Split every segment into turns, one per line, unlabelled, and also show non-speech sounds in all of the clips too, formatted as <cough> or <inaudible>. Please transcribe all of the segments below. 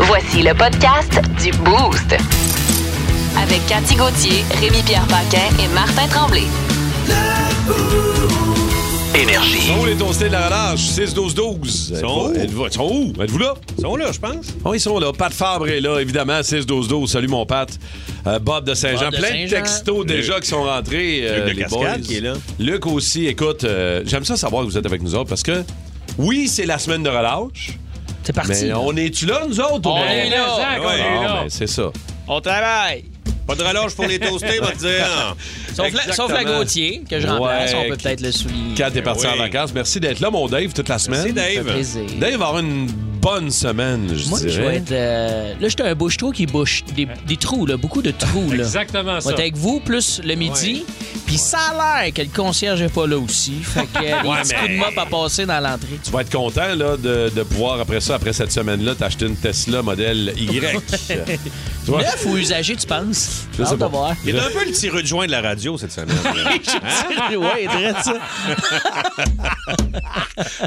Voici le podcast du Boost. Avec Cathy Gauthier, Rémi-Pierre Paquin et Martin Tremblay.
Énergie.
Sont où les toastés de la relâche? 6-12-12.
Sont où?
Êtes-vous, sont où? Êtes-vous là?
Ils sont là, je pense.
Oh, ils sont là. Pat Fabre est là, évidemment. 6-12-12. Salut, mon Pat. Euh, Bob de Saint-Jean.
Bob de hein?
Plein
Saint-Jean.
de textos déjà qui sont rentrés.
Luc de
les
Cascade
boys.
qui est là.
Luc aussi. Écoute, euh, j'aime ça savoir que vous êtes avec nous autres parce que, oui, c'est la semaine de relâche.
C'est parti.
Mais on est-tu là, nous autres? au
On
moins?
est là, Zach, on
Ouais.
est
Non,
là.
mais c'est ça.
On travaille.
Pas de relâche pour les toastés, va te dire.
<laughs> Sauf la, sauf la Gauthier, que je remplace,
Ouais.
on peut peut-être le souligner.
Quand t'es parti
oui.
en vacances, merci d'être là, mon Dave, toute la semaine.
Merci,
Ça fait
Dave.
plaisir.
Dave va avoir une bonne semaine, je
Moi, je vais
dirais.
être. euh, Là, j'étais un bouche-trou qui bouche des, des trous, là, beaucoup de trous. Là.
Exactement
On va
ça.
être avec vous, plus le midi. Puis ça a l'air que le concierge n'est pas là aussi. Fait <laughs> que euh,
<laughs> Ouais,
des petits
mais-
coups de mop à passer dans l'entrée.
Tu vas être content là, de, de pouvoir, après ça, après cette semaine-là, t'acheter une Tesla modèle
<laughs>
Y. tu vois?
Neuf ou usagé, tu penses?
Je sais
Hâte de
pas.
voir. Hein?
<laughs>
Il est un peu le tireux de joint de la radio cette semaine.
ouais,
er
drette ça.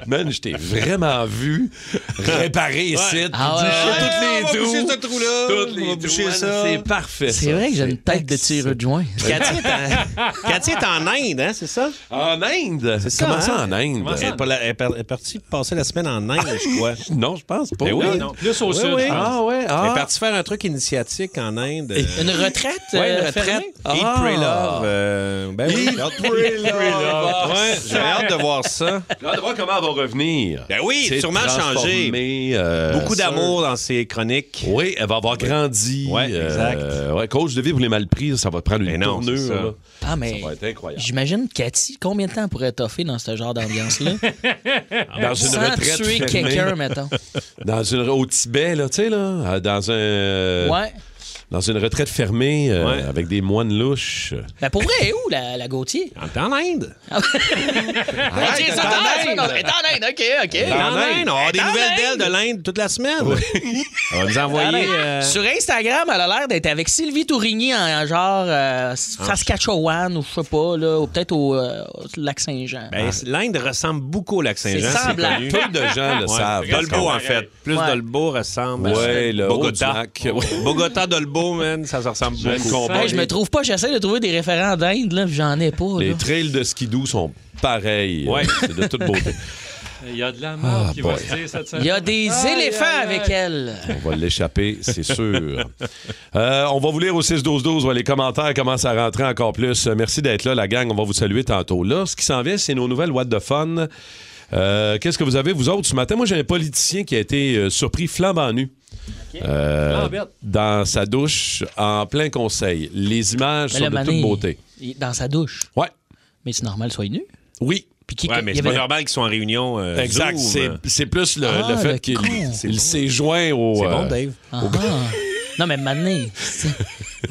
Man, je t'ai vraiment vu réparer ici.
Ah ouais.
Ah, on va
toutes les
boucher
trous.
ce trou-là,
Toutes
on
les
va boucher
trous.
ça.
C'est parfait.
C'est
ça.
vrai que j'ai une tête de tireux de joint.
Cathy est, en... <laughs> Cathy est en Inde, hein, c'est ça?
En Inde. C'est
ça,
Comment
hein?
ça en Inde?
Elle est, pas la- elle est par- elle est partie passer la semaine en Inde, je <laughs> crois. Elle
Non, je pense pas.
Eh oui.
Non, non, Plus au
Oui,
sud.
oui.
je pense.
Ah ouais. Ah.
est partie faire un truc initiatique en Inde.
Une retraite?
Ouais,
euh,
une retraite.
fermée?
fermée?
Eat,
Ah.
pray, love. euh, ben oui. J'ai hâte-
Ah.
Ouais, J'ai hâte de voir ça.
J'ai hâte de voir comment elle va revenir.
Ben oui,
C'est
sûrement changé.
transformé, euh,
Beaucoup d'amour dans ses chroniques.
Oui, elle va avoir grandi. euh,
Ouais, exact.
ouais, coach de vie pour les mal pris, ça va prendre une
Mais
Ben
non,
tournure.
c'est ça.
là.
Ah, mais
Ça va être incroyable.
j'imagine, Cathy, combien de temps elle pourrait toffer dans ce genre d'ambiance-là?
<laughs> Dans une
Sans
retraite
tuer
fermée.
quelqu'un, mettons.
Dans une, au Tibet, là, tu sais, là, euh, dans un, euh,
Ouais.
dans une retraite fermée euh,
Ouais.
avec des moines louches.
Ben, pour vrai, elle est où, la, la Gauthier?
Elle est En Inde.
Gauthier,
elle est
ça,
en
ah, ça,
Inde.
non, Elle est en Inde, OK, OK.
Elle est En Inde. On a
Elle
des
est en
nouvelles
Inde.
d'elle de l'Inde toute la semaine. <laughs> On va nous envoyer. euh,
Sur Instagram, elle a l'air d'être avec Sylvie Tourigny en, en genre
Ah,
euh, Saskatchewan ou je sais pas, là, ou peut-être au euh, lac Saint-Jean.
Ben, L'Inde ressemble beaucoup au Lac-Saint-Jean.
C'est semblable.
connu.
Peu de gens le savent.
Dolbo, en fait. Plus
Ouais.
Dolbo ressemble
Ouais,
à
le
Bogota.
haut du lac. Ouais.
Bogota, Dolbo, man, ça se ressemble
Je ne
beaucoup.
comprends
Hey, je me trouve pas, j'essaie de trouver des référents d'Inde, là, puis j'en ai pas. là.
Les trails de skidoo sont pareils.
Ouais.
<laughs> C'est de toute beauté.
Il y a de la mort
Ah,
qui va
boy.
se dire cette semaine.
Il y a des
Aïe,
éléphants
aïe,
avec
aïe.
elle.
On va l'échapper, c'est sûr.
<laughs>
Euh, on va vous lire au 6-12-12. Ouais, les commentaires commencent à rentrer encore plus. Euh, Merci d'être là, la gang. On va vous saluer tantôt. Là, ce qui s'en vient, c'est nos nouvelles What de Fun. Euh, Qu'est-ce que vous avez, vous autres, ce matin? Moi, j'ai un politicien qui a été euh, surpris flambant nu. euh,
Flambette.
dans sa douche en plein conseil. Les images
Mais
sont
le
de
mané,
toute beauté.
il est dans sa douche.
Ouais.
Mais c'est normal, soyez nu.
Oui.
Puis qui
Ouais, mais
il
c'est
y
pas
avait-
normal qu'ils soient en réunion. euh,
Exact.
Zoom.
C'est c'est plus le,
Ah,
le
le
fait qu'il
con.
il s'est joint au.
C'est bon,
euh,
Dave.
Ah, ah. Non, mais mané.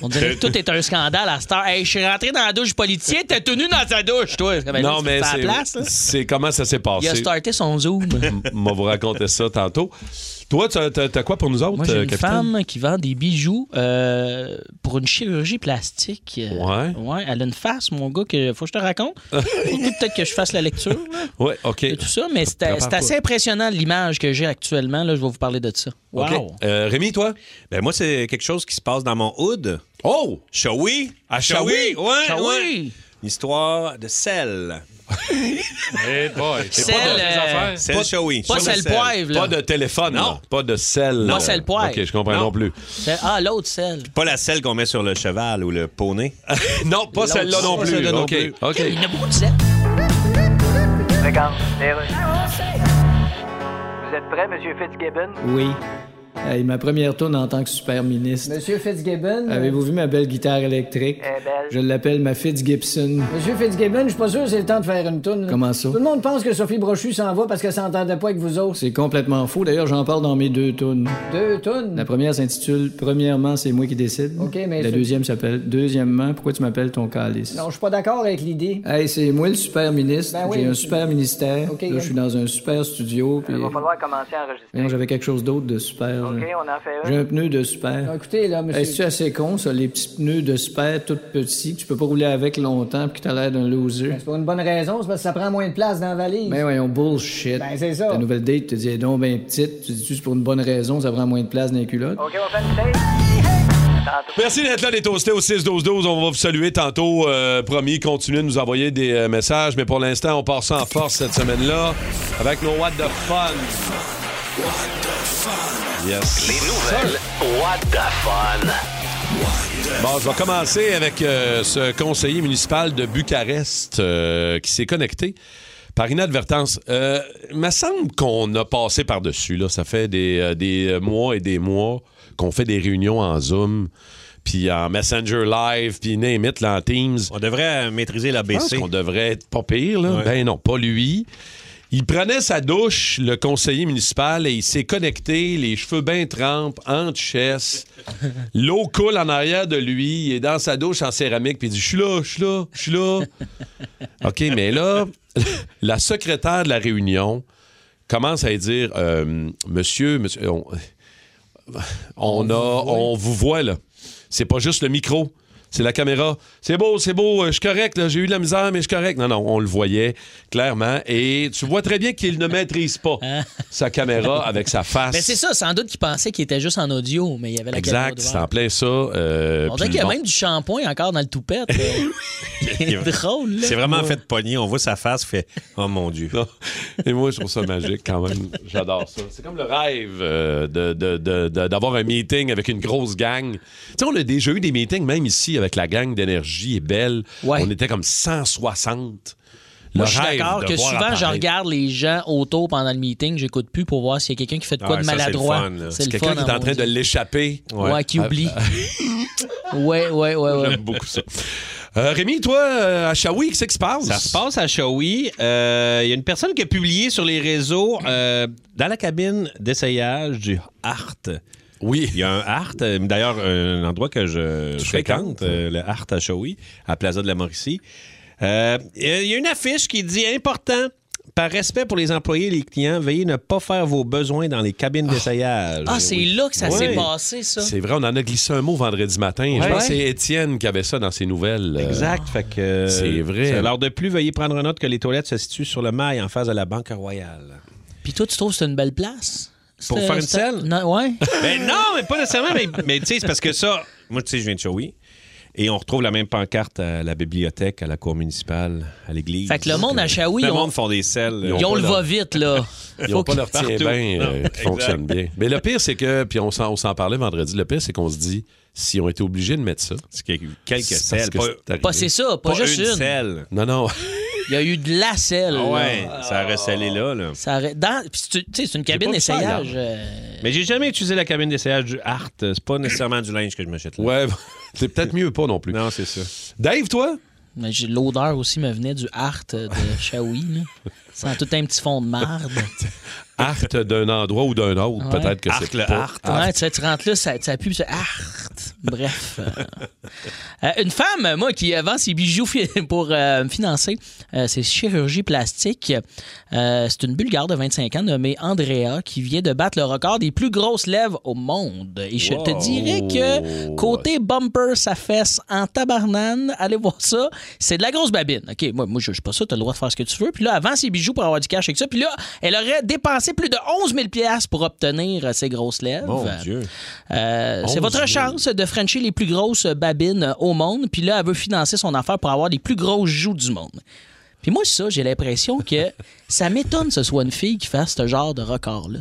On
<laughs>
dirait que tout est un scandale à cette heure. Hey, je suis rentré dans la douche du politicien, t'es tenu dans sa douche, toi. Ben, là,
non,
tu
mais
fais à la
c'est-
place, là.
c'est comment ça s'est passé.
Il a starté son
<laughs>
Zoom.
On vous raconter ça tantôt. Toi, t'as, t'as- t'as quoi pour nous autres,
Moi, j'ai
euh,
une
capitaine?
femme qui vend des bijoux euh, pour une chirurgie plastique. Euh,
Ouais.
Elle a une face, mon gars, que faut que je te <laughs> raconte. Faut que Peut-être que je fasse la lecture là,
Oui, OK.
et tout ça, mais c'est c'est assez impressionnant l'image que j'ai actuellement. Là, je vais vous parler de ça. Wow.
OK. Euh, Rémi, toi?
Ben, moi, c'est quelque chose qui se passe dans mon hood.
Oh!
Shawi. À
Shawi?
Shawi. Ouais,
Ah
ouais.
oui!
Une histoire de sel.
Eh boy.
Celle,
pas dans tes
euh,
affaires.
Sel Shawi.
Pas
Shawi
celle poivre, là.
Pas de téléphone.
Non.
là. Pas de sel.
Non,
euh,
sel poivre.
OK, je comprends non,
Non.
plus.
Celle- Ah, l'autre celle.
Pas la selle qu'on met sur le cheval ou le <laughs> poney.
non, pas celle-là non
Pas
plus.
celle-là non
OK.
plus.
OK.
er
Il y en a beaucoup de celles.
Regarde, Vous êtes prêt, Monsieur Fitzgibbon?
Oui. Hey, ma première tourne en tant que super ministre.
Monsieur Fitzgibbon. euh,
Avez-vous vu ma belle guitare électrique?
Eh belle.
Je l'appelle ma Fitzgibson.
Monsieur Fitzgibbon, je suis pas sûr que c'est le temps de faire une toune. là.
Comment ça?
Tout le monde pense que Sophie Brochu s'en va parce qu'elle s'entendait pas avec vous autres.
C'est complètement faux. D'ailleurs, j'en parle dans mes deux tunes.
Deux
La
tounes.
première s'intitule Premièrement, c'est moi qui décide.
Ok, mais
La
c'est-
deuxième s'appelle Deuxièmement, pourquoi tu m'appelles ton calice?
Non, je suis pas d'accord avec l'idée.
Hey, c'est moi le super ministre.
Ben oui.
J'ai un super ministère.
Ok,
Là, je suis dans un super studio. Puis...
Il va falloir commencer à enregistrer.
Voyons, J'avais quelque chose d'autre de super.
OK, on en fait
J'ai
une.
un pneu de super.
Écoutez, là, monsieur.
Est-ce que assez con, ça, les petits pneus de super tout petits, que tu peux pas rouler avec longtemps puis que t'as l'air d'un loser?
Ben,
C'est pour une bonne raison, c'est parce que ça prend moins de place dans la valise.
Ben voyons, bullshit.
Ben, c'est ça.
Ta nouvelle date, tu te dis, eh donc, ben petite, tu dis, c'est pour une bonne raison, ça prend moins de place dans les culottes.
OK, on fait une tête.
Merci d'être là, les toastés au 6-12-12. On va vous saluer tantôt. euh, promis, continuez de nous envoyer des euh, messages. Mais pour l'instant, on part sans force cette semaine-là avec nos What the Fun. What the Fun. Yes.
Les nouvelles. What the fun?
Bon, je vais commencer avec euh, ce conseiller municipal de Bucarest euh, qui s'est connecté par inadvertance. Euh, il me semble qu'on a passé par-dessus. Là. Ça fait des, euh, des mois et des mois qu'on fait des réunions en Zoom, puis en Messenger Live, puis name it, là, en Teams.
On devrait euh, maîtriser la
Je pense
BC.
qu'on devrait être pas pire, là.
Ouais.
Ben non, pas lui. Il prenait sa douche, le conseiller municipal, et il s'est connecté, les cheveux bien trempes, en chess. L'eau coule en arrière de lui, il est dans sa douche en céramique, puis il dit Je suis là, je suis là, je suis là. <laughs> OK, mais là, la secrétaire de la réunion commence à lui dire Euh, Monsieur, monsieur, on, on, a, on vous voit, là. C'est pas juste le micro. C'est la caméra. C'est beau, c'est beau, euh, je suis correct, là, j'ai eu de la misère, mais je suis correct. Non, non, on le voyait clairement. Et tu vois très bien qu'il ne maîtrise pas sa caméra avec sa face.
Mais Ben, c'est ça, sans doute qu'il pensait qu'il était juste en audio, mais il y avait la caméra
Exact, c'est en
ouverte.
plein ça. euh,
<laughs> On
puis
dirait qu'il y a
bon.
même du shampoing encore dans le toupette. <laughs> euh. c'est drôle, là.
C'est vraiment fait pogner. On voit sa face, fait Oh mon Dieu.
Non. Et moi, je trouve ça magique quand même. J'adore ça. C'est comme le rêve euh, de- de- de- de- d'avoir un meeting avec une grosse gang. Tu sais, on a déjà eu des meetings, même ici, avec la gang d'énergie et Belle.
Ouais.
On était comme 160. Le
Moi, je suis
rêve
d'accord
de
que
voir
souvent, je
apparaître.
regarde les gens autour pendant le meeting, j'écoute plus pour voir s'il y a quelqu'un qui fait de quoi
Ah,
de
ça, c'est le
maladroit.
fun, là.
C'est le fun.
Quelqu'un qui est en train de
maudit.
l'échapper.
Ouais, qui
<laughs>
oublie. ouais, ouais, ouais, ouais.
J'aime beaucoup ça. Euh, Rémi, toi, euh, à Shawi, qu'est-ce qui se passe?
Ça se passe à Shawi. Euh, Il y a une personne qui a publié sur les réseaux euh, dans la cabine d'essayage du Hart.
Oui.
Il y a un Hart, euh, d'ailleurs, un endroit que je
Tu
fréquente,
fréquentes?
euh, le Hart à Shawi, à Plaza de la Mauricie. Euh, Il y a une affiche qui dit Important, par respect pour les employés et les clients, veuillez ne pas faire vos besoins dans les cabines d'essayage.
Ah, c'est
Oui.
là que ça
Ouais.
s'est passé, ça.
C'est vrai, on en a glissé un mot vendredi matin. Je
Ouais.
pense que c'est Étienne qui avait ça dans ses nouvelles. euh,
Exact. Fait que, euh,
C'est vrai.
Lors de plus, veuillez prendre note que les toilettes se situent sur le mail en face de la Banque Royale.
Puis toi, tu trouves que c'est une belle place?
Pour
C'est-
faire une
c'est-
selle?
Non,
<laughs>
ouais.
Mais Ben non, mais pas nécessairement. Mais, mais tu sais, c'est parce que ça, moi, tu sais, je viens de Shawi. Et on retrouve la même pancarte à la bibliothèque, à la cour municipale, à l'église.
Fait que le monde à Shawi,
Le
ils ont-
monde font des selles.
Ils ont le va-vite,
<laughs>
là.
Ils n'ont
Faut
pas
que-
leur tien
partout.
bien euh, qui fonctionne bien. Mais le pire, c'est que, puis on s'en, on s'en parlait vendredi, le pire, c'est qu'on se dit, si on était obligé de mettre ça,
C'est que- Quelques
c'est parce
selles.
que
Pas,
c'est arrivé.
Pas c'est ça, pas,
pas
juste
une,
une.
selle.
Non, non. <laughs>
Il y a eu de la selle.
Ah
là.
ouais, ça a recellé là. là.
Ça aurait- dans- puis tu tu sais, c'est une cabine
pas vu ça,
d'essayage.
là.
euh,
Mais j'ai jamais utilisé la cabine d'essayage du Hart. C'est pas nécessairement du linge que je m'achète là.
Ouais, <laughs> c'est peut-être mieux pas non plus.
Non, c'est ça.
Dave, toi?
mais j'ai- L'odeur aussi me venait du art de Shawi. là.
<laughs>
Ça sent tout un petit fond de marde.
Art d'un endroit ou d'un autre,
Ouais.
peut-être que
Art,
c'est
le
pas...
art.
Ouais, tu, sais, tu rentres là, ça, ça pue, ça art. Bref. euh, euh, une femme, moi, qui vend ses bijoux fi- <laughs> pour euh, me financer euh, ses chirurgies plastiques, euh, c'est une Bulgare de 25 ans nommée Andrea qui vient de battre le record des plus grosses lèvres au monde. Et je te
Wow.
dirais que côté bumper, sa fesse en tabarnane, allez voir ça, c'est de la grosse babine. OK, moi, moi je juge pas ça, tu as le droit de faire ce que tu veux. Puis là, avant ses bijoux pour avoir du cash avec ça, puis là, elle aurait dépensé plus de 11 000 pour obtenir euh, ses grosses lèvres.
Mon Dieu.
Euh, c'est
11
votre
000.
chance de frencher les plus grosses babines euh, au monde. Puis là, elle veut financer son affaire pour avoir les plus grosses joues du monde. Puis moi, ça, j'ai l'impression
<laughs>
que ça m'étonne que ce soit une fille qui fasse ce genre de record-là.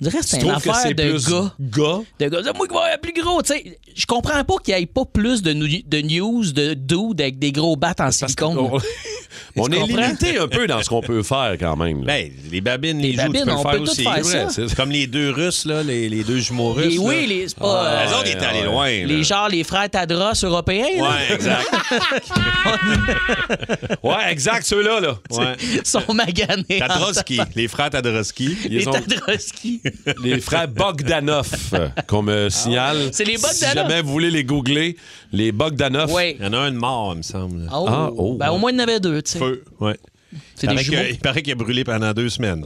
Je dirais que c'est
Tu
une
trouves que
affaire
c'est
er
de
plus
gars.
gars?
De gars, c'est moi qui vais avoir le plus gros, tu sais. Je comprends pas qu'il n'y ait pas plus de, nu- de news de dudes avec des gros battes en silicone. <laughs>
On, on
Tu
est
comprends?
limité un peu dans ce qu'on peut faire quand même. là.
Ben, les babines,
Les
les, joues,
babines,
tu peux
on
le
peut
faire
tout
aussi.
faire
C'est
ça.
vrai, c'est- Comme les deux Russes, là, les, les deux jumeaux russes.
<laughs> Les- oui,
là.
les, c'est pas, euh,
Les autres, ils étaient allés loin. là.
les genre les frères Tadros européens. là.
Ouais, exact.
<laughs>
Ouais, exact, ceux-là. Là.
Ouais.
sont
<laughs>
maganés.
Tadroski, les frères Tadroski.
Les
Ils ont
Tadroski.
<laughs> les frères Bogdanov euh, qu'on me signale.
Ah C'est les
Si
Bogdanov.
jamais vous voulez les googler, les Bogdanov.
Ouais.
Il y en a un de mort, il me semble.
Oh.
Ah, oh,
ben,
ouais.
au moins, il y en avait deux, tu sais.
Feu. Ouais.
C'est
euh,
des <laughs>
Il paraît
jumeaux. <laughs>
que- Il paraît qu'il a brûlé pendant deux semaines.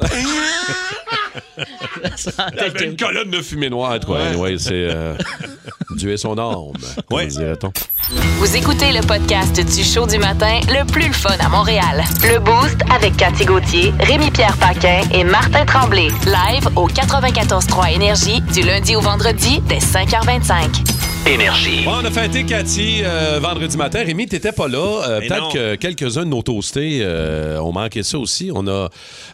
Sentait
T'avais une
que-
colonne de fumée noire, toi. Anyway, c'est euh, Dieu est son âme, comme
Ouais.
dirait-on.
Vous écoutez le podcast du show du matin le plus le fun à Montréal. Le Boost avec Cathy Gauthier, Rémi-Pierre Paquin et Martin Tremblay. Live au 94.3 Énergie du lundi au vendredi dès 5h25.
Énergie.
Bon, on a fêté Cathy euh, vendredi matin. Rémi, t'étais pas là. Euh,
Mais
Peut-être
non.
que quelques-uns de nos toastés euh, ont manqué ça aussi. On a,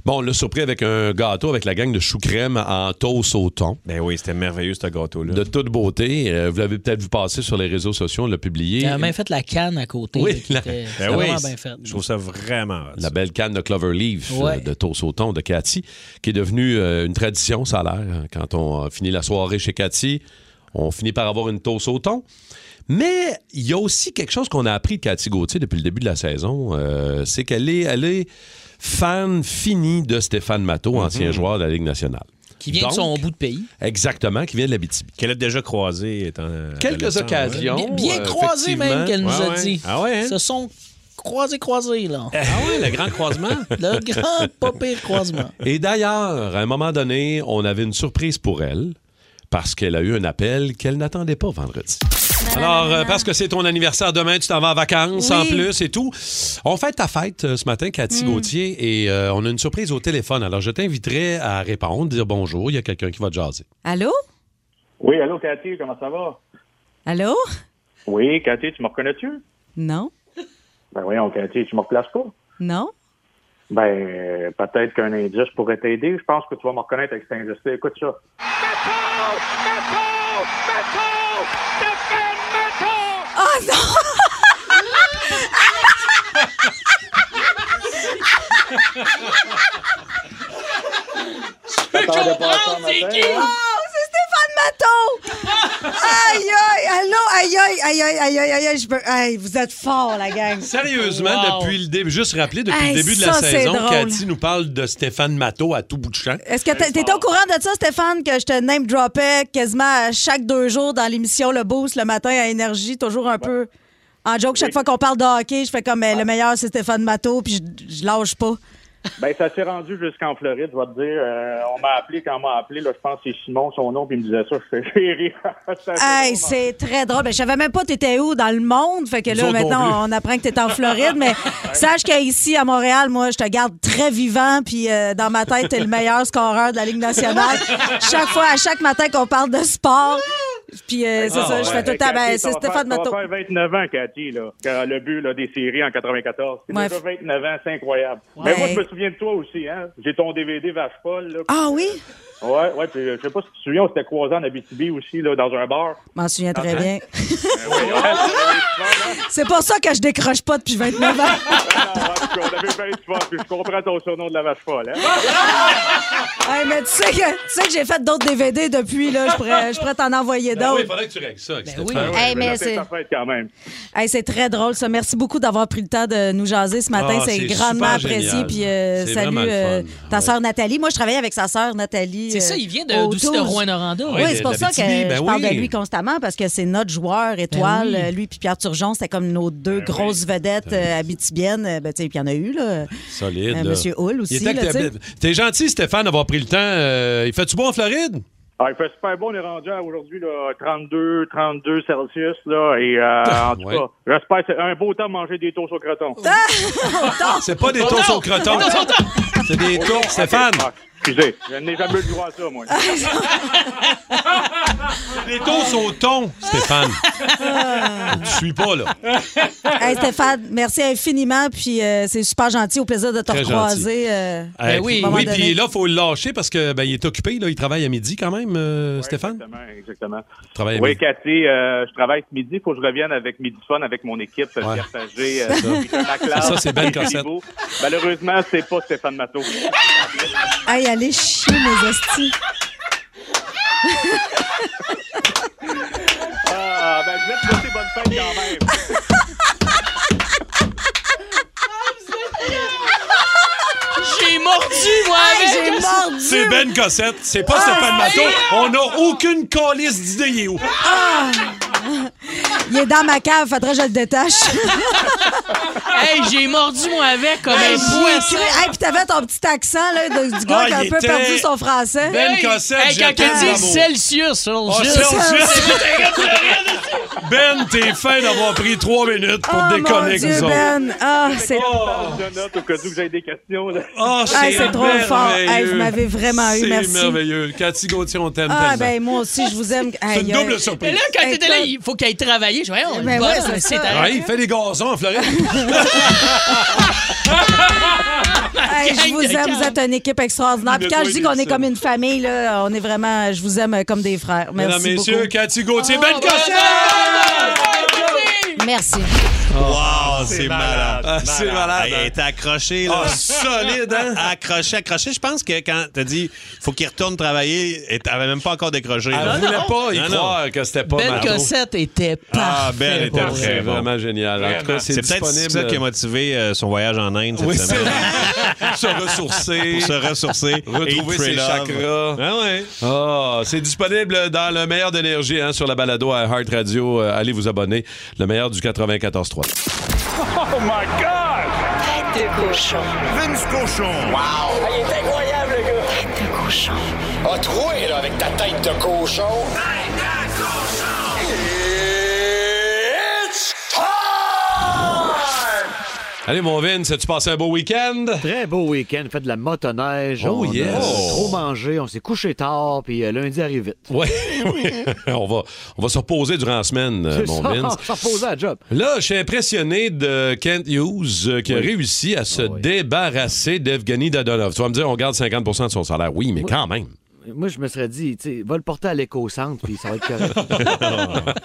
bon, on l'a surpris avec un gâteau avec la gang de chou crème en toast au thon.
Ben oui, c'était merveilleux, ce gâteau-là.
De toute beauté. Euh, vous l'avez peut-être vu passer sur les réseaux sociaux. On l'a publié.
Il a même fait la canne à côté.
Oui,
là, qui
la-
était- c'était
Ben oui,
vraiment
c'est-
bien fait.
je trouve ça vraiment hot,
La
ça.
belle canne de Cloverleaf euh,
Ouais.
de toast au thon de Cathy, qui est devenue euh, une tradition, ça a l'air. hein. Quand on euh, finit la soirée chez Cathy, on finit par avoir une toast au thon. Mais il y a aussi quelque chose qu'on a appris de Cathy Gauthier depuis le début de la saison, euh, c'est qu'elle est, elle est fan finie de Stéphane Matteau,
Mm-hmm.
ancien joueur de la Ligue nationale.
Qui vient
Donc,
de son bout de pays.
Exactement, qui vient de l'Abitibi.
Qu'elle a déjà croisé étant. euh,
Quelques
adolescent, ouais.
occasions.
Bien, bien
euh,
croisé, même,
effectivement.
qu'elle nous
Ouais,
a
ouais.
dit.
Ah ouais, hein?
Ce sont croisés, croisés, là.
Euh,
Ah ouais, le grand croisement.
Le grand pas pire croisement.
Et d'ailleurs, à un moment donné, on avait une surprise pour elle parce qu'elle a eu un appel qu'elle n'attendait pas vendredi. Alors, euh, parce que c'est ton anniversaire demain, tu t'en vas en vacances en plus et tout. On fête ta fête euh, ce matin, Cathy Gauthier, et euh, on a une surprise au téléphone. Alors, je t'inviterai à répondre, dire bonjour. Il y a quelqu'un qui va te jaser.
Allô?
Oui, allô, Cathy, comment ça va?
Allô?
Oui, Cathy, tu me reconnais-tu?
Non?
Ben voyons, Cathy, tu me replaces pas.
Non?
Ben, euh, peut-être qu'un indice pourrait t'aider. Je pense que tu vas me reconnaître avec cet indice-là. Écoute ça. T'attendais pas à ça, matin, hein?
Oh, c'est Stéphane Matteau! aïe, aïe, allô, aïe, aïe, aïe, aïe, aïe, aïe, aïe, aïe, je peux... Aïe, vous êtes forts, la gang.
Sérieusement,
Wow.
depuis le début, juste rappeler, depuis
Hey,
le début de la
ça, c'est
saison,
drôle.
Cathy nous parle de Stéphane Matteau à tout bout de champ.
Est-ce que t'es- t'étais au courant de ça, Stéphane, que je te name-droppais quasiment à chaque deux jours dans l'émission Le Boost le matin à Énergie, toujours un peu en joke. Chaque fois qu'on parle de hockey, je fais comme eh, le meilleur, c'est Stéphane Matteau, puis je, je lâche pas.
Ben, ça s'est rendu jusqu'en Floride, je vais te dire. Euh, on m'a appelé quand on m'a appelé. Là, je pense que c'est Simon, son nom, puis il me disait ça. <laughs> Je fais j'ai ri.
Ah,
Ça, c'est
Hey,
drôle,
c'est très drôle. Ben, je savais même pas t'étais où dans le monde. Fait que
Nous
là,
autres non
maintenant, on apprend que t'es en Floride.
<laughs>
Mais <laughs> sache qu'ici, à Montréal, moi, je te garde très vivant. Puis euh, dans ma tête, t'es le meilleur scoreur de la
<laughs>
Ligue nationale. chaque fois, à chaque matin qu'on parle de sport. Puis euh, c'est
Ah,
ça, je
ouais.
fais tout le temps.
Cathy,
Ben,
ça
c'est
va
Stéphane
faire-
Matteau.
Ça va faire 29 ans, Cathy, là, quand le but là, des séries en 94. C'est
Ouais.
déjà 29 ans, c'est incroyable.
Ouais.
Mais moi, je me souviens de toi aussi. Hein? J'ai ton DVD Vache Folle. Là.
Ah oui?
Ouais, ouais, puis, euh, je sais pas si tu te souviens, on s'était croisés en Abitibi aussi, là, dans un bar.
Je m'en souviens
<laughs>
très bien.
Ouais, Ben ouais,
<laughs> C'est pour ça que je décroche pas depuis
<laughs>
29 ans.
on avait parlé souvent, puis je comprends ton surnom de la Vache Folle. Hein?
Hey, mais tu sais que, tu sais que j'ai fait d'autres DVD depuis. Là. Je pourrais, je pourrais t'en envoyer d'autres.
Ben faudrait que tu règles ça.
Ben oui.
Hey, mais
là,
c'est-
ta fête quand même.
Hey, c'est très drôle, ça. Merci beaucoup d'avoir pris le temps de nous jaser ce matin.
Ah,
c'est
c'est
grandement
super
apprécié.
génial.
Puis euh,
C'est
salut
vraiment le fun.
euh, ta
Ouais.
sœur Nathalie. Moi, je travaillais avec sa sœur Nathalie.
C'est
euh,
ça, il vient
au
de- d'aussi de
12.
Rouen-Noranda.
Oui,
Ouais,
c'est
de-
pour
de
ça que
l'Abitibi, ben
je parle de
oui. Ben
lui constamment parce que c'est notre joueur étoile.
oui.
Euh, Lui puis Pierre Turgeon, c'était comme nos deux grosses vedettes euh, habitibiennes. Euh, Ben, tu sais, puis il y en a eu, là.
Solide.
Euh,
là.
Monsieur Hull
Il
aussi.
était
là,
que
tu sais.
t'es- T'es gentil, Stéphane, d'avoir pris le temps. Euh, il fait-tu beau en Floride?
Ah, il fait super beau, on est rendu à aujourd'hui là, 32, 32 Celsius. Là, et euh, en tout
Ouais.
cas, j'espère que c'est un beau temps de manger des toasts au croton.
Ah!
C'est pas des
Oh,
toasts au croton. C'est des tours, Stéphane.
Ah, excusez, je n'ai jamais eu le droit à ça,
Ah,
moi.
Des toasts au thon, Stéphane.
Ah.
Tu suis pas, là.
Hey, Stéphane, merci infiniment. Puis euh, c'est super gentil. Au plaisir de te
Très
recroiser. euh,
Eh,
Ben oui.
à un moment
Oui,
donné.
puis là, il faut le lâcher parce que ben, il est occupé. Là. Il travaille à midi quand même, euh, Stéphane.
Exactement, exactement.
Il travaille à
Oui,
midi.
Cathy, euh, je travaille ce midi. Il faut que je revienne avec Midi Fun, avec mon équipe,
Ouais.
Pierre Sager, euh, Peter Laclave,
Ça, c'est Ben
Émilie
Cossette.
Beau. Malheureusement, c'est pas Stéphane Matteau.
Hey, allez chier, mes hosties.
Ah, ben, je vais te souhaiter bonne fête quand même.
Ah,
J'ai mordu, moi, avec!
Hey, j'ai mordu. Ah!
C'est Ben Cossette. C'est pas Stéphane Matteau. On n'a aucune calice d'idée. il est où.
Il est dans ma cave, faudrait que je le détache.
hey, j'ai mordu, moi, avec, comme
Hey,
un
j'ai
poisson.
écrit- Hey, puis t'avais ton petit accent là, de- du gars
Ah,
qui a un
il
peu
était
perdu son français.
Ben
Cossette,
hey, quand
je t'aime,
elle dit
l'amour.
Celsius, Ah, Celsius.
Ben, t'es fin d'avoir pris trois minutes pour
Oh, mon
déconner avec
Dieu,
nous autres.
Ben. Ah, c'est...
Oh,
Je note au cas où j'ai des questions. là.
Ah,
Ah, c'est trop fort.
merveilleux.
Hey, vous m'avez vraiment eu,
C'est
merci.
merveilleux. Cathy Gauthier, on t'aime
Ah,
tellement.
ben moi aussi, je vous aime.
C'est une double surprise.
Mais là, quand
Hey,
t'étais là,
Claude.
il faut qu'elle aille travailler. Je voyais, on
Ben
le
ouais,
bosse,
c'est
c'est
ça.
arrêté.
Ouais, il fait des gazons
<laughs>
en Floride.
Hey, je vous aime, vous êtes une équipe extraordinaire. Puis
De
quand
quoi
je dis
il
qu'on
dit
est
ça?
comme une famille, là, on est vraiment, je vous aime comme des frères. Merci
Mesdames,
beaucoup. Oh,
messieurs, Cathy Gauthier, Ben Cossette!
Merci.
Wow,
c'est
c'est
malade,
malade.
malade. Ah,
Elle est accrochée, là.
Ah, solide,
<laughs>
hein?
Accrochée, accrochée. Je pense que quand t'as dit faut qu'il retourne travailler, elle avait même pas encore décroché.
Elle
là.
voulait pas y
Non, non.
croire que c'était pas
Ben
Mato.
Cossette était parfait.
Ah, Ben était
pour
très
vrai.
C'est
bon.
vraiment génial. En tout cas, c'est
C'est peut-être
disponible.
ça qui a motivé euh, son voyage en Inde cette
Oui, c'est
semaine.
vrai. se ressourcer.
Pour se ressourcer.
<laughs> Retrouver
Eat, pray,
ses
love.
chakras.
Ah ouais.
Ah, c'est disponible dans le meilleur d'énergie hein, sur la balado à Heart Radio. Euh, allez vous abonner. Le meilleur du 94.3.
Oh my God! Tête de cochon. Vince cochon. Wow! Ah, il est incroyable, le gars. Tête de cochon. A troué, là, avec ta tête de cochon. Tête de cochon! It's
<laughs>
time!
Allez, mon Vince, <laughs> <laughs> as-tu passé un beau week-end?
Très beau week-end, fait de la motoneige.
Oh,
on a
yes.
trop mangé, on s'est couché tard, puis euh, lundi arrive vite. <laughs>
Oui, on va, on va se reposer durant la semaine, euh,
C'est
mon
ça,
Vince.
on s'est reposé à la job.
Là, je suis impressionné de Kent Hughes euh, qui a réussi à se débarrasser d'Evgeny Dadonov. Tu vas me dire, on garde 50 de son salaire. Oui, mais quand même.
Moi, je me serais dit, tu sais, va le porter à l'éco-centre, puis ça va être correct.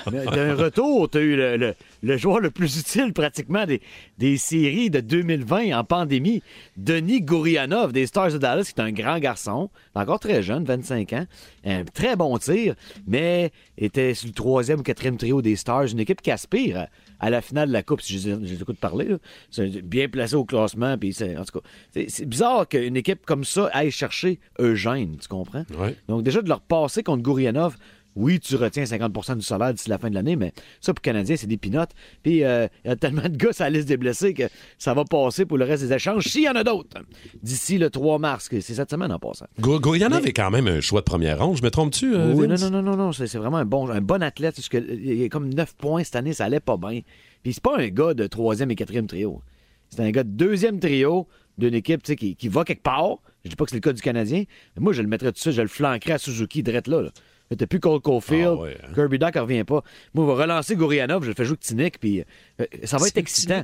<laughs> Mais T'as un retour, t'as eu le, le- le joueur le plus utile pratiquement des, des séries de 2020 en pandémie. Denis Gourianov des Stars de Dallas, qui est un grand garçon, encore très jeune, 25 ans, un très bon tir, mais était sur le troisième ou quatrième trio des Stars, une équipe qui aspire à la finale de la Coupe, si je les- je les écoute parler. là. C'est bien placé au classement, puis c'est- en tout cas, c'est- c'est bizarre qu'une équipe comme ça aille chercher Eugène, tu comprends? Donc déjà, de leur passer contre Gourianov, oui, tu retiens 50 du salaire d'ici la fin de l'année, mais ça, pour les Canadiens, c'est des pinottes. Puis, euh, il y a tellement de gars sur la liste des blessés que ça va passer pour le reste des échanges, s'il y en a d'autres, d'ici le 3 mars, que c'est cette semaine en passant.
Gour- Gourianov est quand même un choix de première ronde. Je me trompe-tu, euh,
Oui, non,
Vince?
non, non, non, non, c'est c'est vraiment un bon, un bon athlète. parce que, euh, il a comme 9 points cette année, ça allait pas bien. Puis c'est pas un gars de troisième et quatrième trio. C'est un gars de deuxième trio d'une équipe tu sais, qui, qui va quelque part. Je dis pas que c'est le cas du Canadien, mais moi, je le mettrais tout ça, je le flanquerais à Suzuki, direct là. là. Là, T'as plus Cole Caulfield,
Ah hein.
Kirby Doc ne revient pas. Moi, on va relancer Gourianov, je le fais jouer avec Tinik, puis euh, ça va être excitant.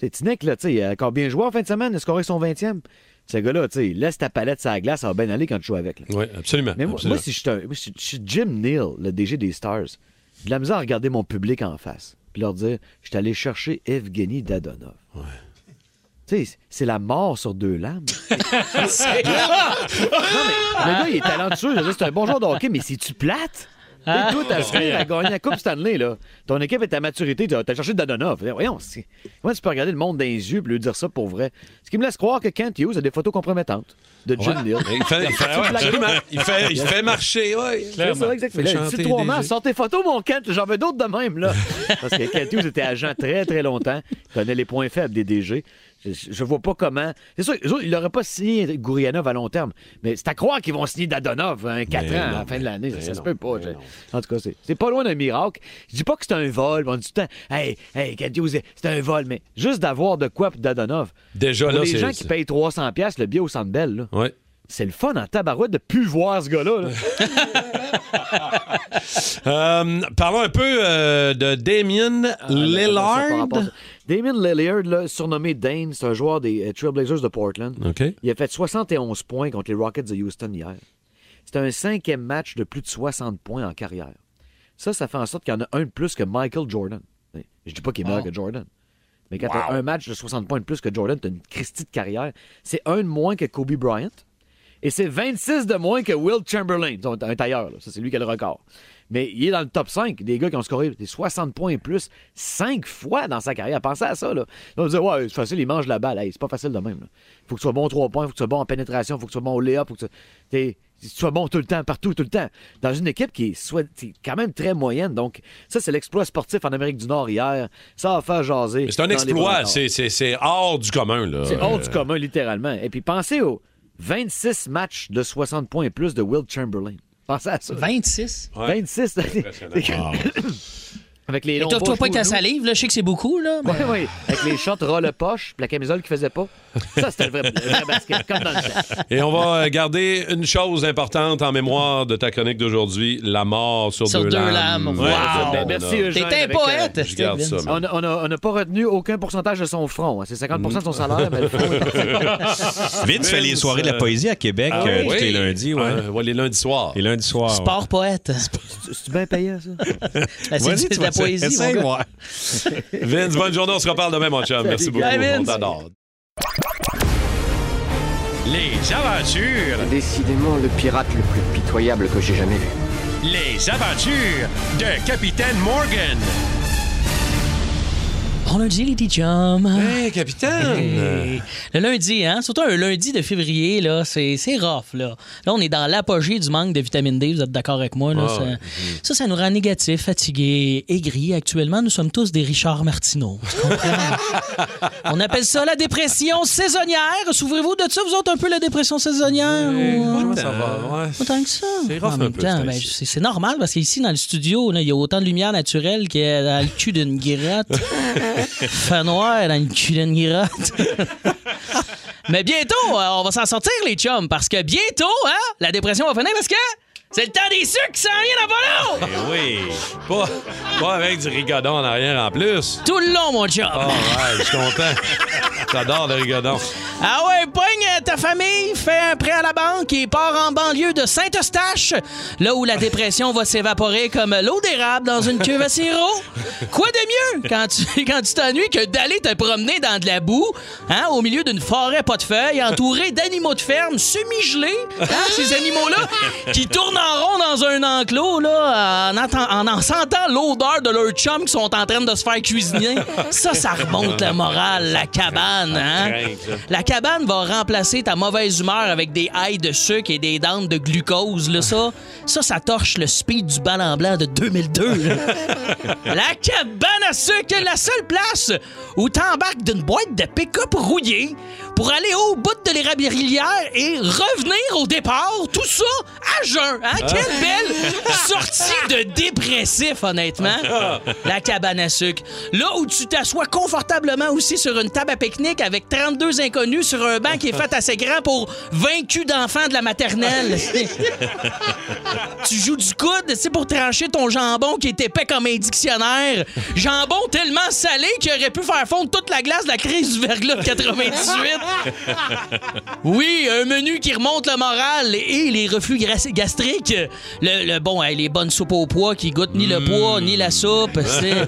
C'est Tinik, là, tu sais, il a encore bien joué en fin de semaine, il a scoré son 20e. Ce gars-là, tu sais, il laisse ta palette sur la glace, ça va bien aller quand tu joues avec. là.
Oui, absolument.
Mais moi,
absolument.
moi, si je suis un- moi, si je suis Jim Neal, le DG des Stars, j'ai de la misère à regarder mon public en face puis leur dire je suis allé chercher Evgeny Dadonov. Tu sais, c'est- c'est la mort sur deux lames. Le gars, il est talentueux. je veux dire, C'est un bon joueur de hockey, mais si tu plates,
Ah.
t'es tout à fait à gagner la Coupe Stanley, là. Ton équipe est à maturité, t'as t'as cherché Dadonov. Voyons, c'est- comment tu peux regarder le monde dans les yeux et lui dire ça pour vrai? Ce qui me laisse croire que Kent Hughes a des photos compromettantes de Jim
Ouais.
Neal.
Il fait, il fait- ouais, absolument. Il fait- il fait marcher, oui.
C'est ça, exactement.
Il fait
Là,
chanter
d'ici trois
des
mars,
jeux.
sors tes photos, mon Kent. J'en veux d'autres de même, là. Parce que Kent Hughes était agent très, très longtemps. Il connaît les points faibles des DG. Je, je vois pas comment. C'est sûr, eux autres, ils n'auraient pas signé Gourianov à long terme. Mais c'est à croire qu'ils vont signer Dadonov hein, 4
Mais
ans à
non,
la fin de l'année. Ça,
mais
ça se
non,
peut pas. je- En tout cas, c'est- c'est pas loin d'un miracle. Je dis pas que c'est un vol. mais On dit tout le temps, hey, hey, Kent Hughes, c'est un vol. Mais juste d'avoir de quoi pour Dadonov.
Déjà,
pour
là,
les
c'est-
gens qui payent 300$ piastres le billet au centre Bell, là, c'est le fun en tabarouette de plus voir ce gars-là.
<laughs>
là.
Euh, parlons un peu euh, de Damien
Ah,
Lillard.
Ça, par rapport à ça. Damien Lillard, là, surnommé Dane, c'est un joueur des euh, Trailblazers de Portland.
OK.
Il a fait 71 points contre les Rockets de Houston hier. C'est un cinquième match de plus de 60 points en carrière. Ça, ça fait en sorte qu'il y en a un de plus que Michael Jordan. Je dis pas qu'il est meilleur
Ah.
Wow.
que Jordan. Mais quand
Wow.
t'as un match de 60 points de plus que Jordan, t'as une Christie de carrière. C'est un de moins que Kobe Bryant. Et c'est 26 de moins que Will Chamberlain, disons, un tailleur. là. Ça, c'est lui qui a le record. Mais il est dans le top 5 des gars qui ont scoré des 60 points et plus 5 fois dans sa carrière. Pensez à ça. Là. Là, on va dire, ouais, c'est facile, il mange la balle. Hey, c'est pas facile de même. Il faut que tu sois bon au 3 points, il faut que tu sois bon en pénétration, il faut que tu sois bon au lay-up. faut que tu- t'es- tu sois bon tout le temps, partout, tout le temps. Dans une équipe qui est soit, qui est quand même très moyenne. Donc, ça, c'est l'exploit sportif en Amérique du Nord hier. Ça va faire jaser.
C'est un
dans les
exploit,
bonheurs.
c'est- c'est c'est hors du commun. là.
C'est hors du
Euh,
commun, littéralement. Et puis, pensez aux 26 matchs de 60 points et plus de Will Chamberlain. Pensez à ça.
26?
26. <coughs> Avec les
Et
longs
toi, toi
poches
pas avec ta
aux genoux.
salive, là, je sais que c'est beaucoup, là. mais-
Oui, <laughs> oui. Avec les shorts ras poche, puis la camisole qui faisait pas. Ça, c'était le <laughs> vrai, le vrai basket, comme dans le temps.
Et on va euh, garder une chose importante en mémoire de ta chronique d'aujourd'hui, la mort sur,
Sur
deux,
deux
lames.
lames. Wow!
Ouais,
Ben,
de Bondona.
Merci, Eugène, T'es un avec, poète,
Je garde ça.
On a- on a- on n'a pas retenu aucun pourcentage de son front. hein. C'est 50 de son salaire, mais le front est
<laughs>
parti.
Vince fait les soirées de
euh,
la poésie à Québec
Ah
euh,
oui?
tous les
Oui.
lundis. Ouais.
Ah, les lundis soirs.
Les lundis soirs.
Sport poète.
C'est bien payé, ça.
<laughs> Ben, c'est
Vas-y,
du-
tu
de la
vas-
poésie, mon
essaye,
gars. <laughs>
moi. Vince, bonne journée. On se reparle demain, mon chum. Merci
Salut,
beaucoup.
gars.
On
Vince.
t'adore.
Les aventures,
Décidément le pirate le plus pitoyable que j'ai jamais vu.
les aventures de Capitaine Morgan.
Bon lundi, les petits chums.
Hey, capitaine.
Le lundi, hein? Surtout un lundi de février, là, c'est c'est rough, là. Là, on est dans l'apogée du manque de vitamine D, vous êtes d'accord avec moi, là?
Ah,
ça,
ouais.
ça, ça nous rend négatifs, fatigués, aigris. Actuellement, nous sommes tous des Richard Martineau. Tu comprends? <laughs> on appelle ça la dépression saisonnière. Souvrez-vous de ça, vous autres, un peu la dépression saisonnière? ou- euh,
Ça va, ouais.
Pas tant que ça.
C'est rough
En
un
même
peu,
temps,
c'est
ben, c'est c'est normal parce qu'ici, dans le studio, là, il y a autant de lumière naturelle qu'il y a dans le cul d'une
<laughs>
gratte. Fin noir dans le cul d'une gratte. Mais bientôt, euh, on va s'en sortir, les chums, parce que bientôt, hein, la dépression va finir parce que c'est le temps des sucres qui s'en vient dans pas long!
Eh oui. Pas, pas avec du rigodon en arrière en plus.
Tout le long, mon chum!
Oh, ouais, je suis content. J'adore le rigodon.
Ah ouais, pogne ta famille, fais un prêt à la banque et part en banlieue de Saint-Eustache, là où la dépression va s'évaporer comme l'eau d'érable dans une cuve à sirop. Quoi de mieux quand tu quand tu t'ennuies que d'aller te promener dans de la boue, hein, au milieu d'une forêt pas de feuilles, entourée d'animaux de ferme semi-gelés, hein, ces animaux-là qui tournent en rond dans un enclos là, en, entend- en, en sentant l'odeur de leurs chums qui sont en train de se faire cuisiner. Ça, ça remonte le moral, la cabane, hein? La cabane va remplacer ta mauvaise humeur avec des hailles de sucre et des dents de glucose. Là, ça, ça, ça torche le speed du bal en blanc de 2002. là. la cabane à sucre est la seule place où t'embarques d'une boîte de pick-up rouillée pour aller au bout de l'érabilière et revenir au départ. Tout ça à jeun.
Ah.
Hein? Quelle belle sortie de dépressif, honnêtement. La cabane à sucre. Là où tu t'assois confortablement aussi sur une table à pique-nique avec 32 inconnus sur un banc qui est fait assez grand pour 20 culs d'enfants de la
<laughs>
maternelle. tu joues du coude, c'est pour trancher ton jambon qui est épais comme un dictionnaire. Jambon tellement salé qu'il aurait pu faire fondre toute la glace de la crise du verglas de 98. Oui, un menu qui remonte le moral et les reflux gras- gastriques. Le, le- bon, hein, les bonnes soupes au poids qui goûtent ni le poids ni la soupe. C'est-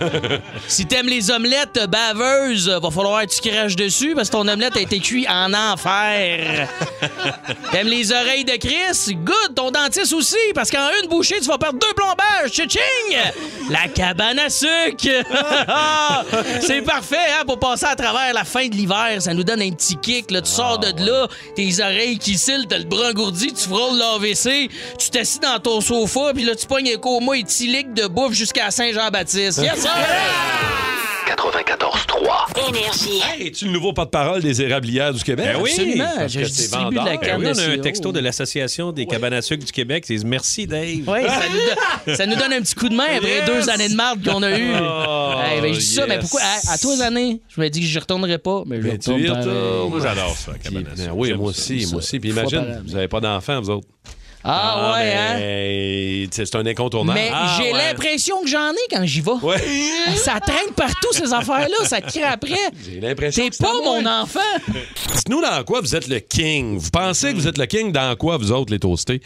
si t'aimes les omelettes baveuses, va falloir que tu craches dessus parce que ton omelette a été cuite en enfer. T'aimes les oreilles de Chris? Good, ton dentiste aussi, parce qu'en une bouchée, tu vas perdre deux plombages. Cha-ching! La cabane à sucre! <laughs> C'est parfait hein, pour passer à travers la fin de l'hiver. Ça nous donne un petit kick. Là. Tu sors de là, tes oreilles qui cillent, t'as le bras engourdi, tu frôles l'AVC, tu t'assis dans ton sofa, puis là, tu pognes un coma éthylique de bouffe jusqu'à Saint-Jean-Baptiste. Yes, sir!
94.3 Énergie.
Es-tu le nouveau porte-parole des érablières du Québec?
Ben oui,
Parce que c'est vendeur.
Ben oui, on a un texto de l'Association des cabanes à sucre du Québec. C'est merci, Dave.
Oui,
<laughs>
ça <laughs> nous, do- ça nous donne un petit coup de main après
Yes!
deux années de marde qu'on a eues.
Oh,
Hey, ben, je dis ça,
yes.
mais pourquoi? À, à tous les années, je me dis que je retournerai pas, mais je
Ben, tu
retourne
y
pareil.
retournes. Moi, j'adore ça, la
Puis,
cabane à
ben
sucre.
oui,
J'aime
moi
ça,
aussi,
j'aime
moi
ça.
aussi. Puis
Fois
imagine,
par année. vous n'avez pas d'enfants, vous autres. ben,
Ah, ouais,
hein? C'est un incontournable.
Mais
Ah,
j'ai
ouais.
l'impression que j'en ai quand j'y vais. <laughs> Ça traîne partout, ces affaires-là. Ça crie après.
J'ai l'impression
T'es pas mon enfant.
Dites-nous dans quoi vous êtes le king. Vous pensez que vous êtes le king dans quoi, vous autres, les toastés?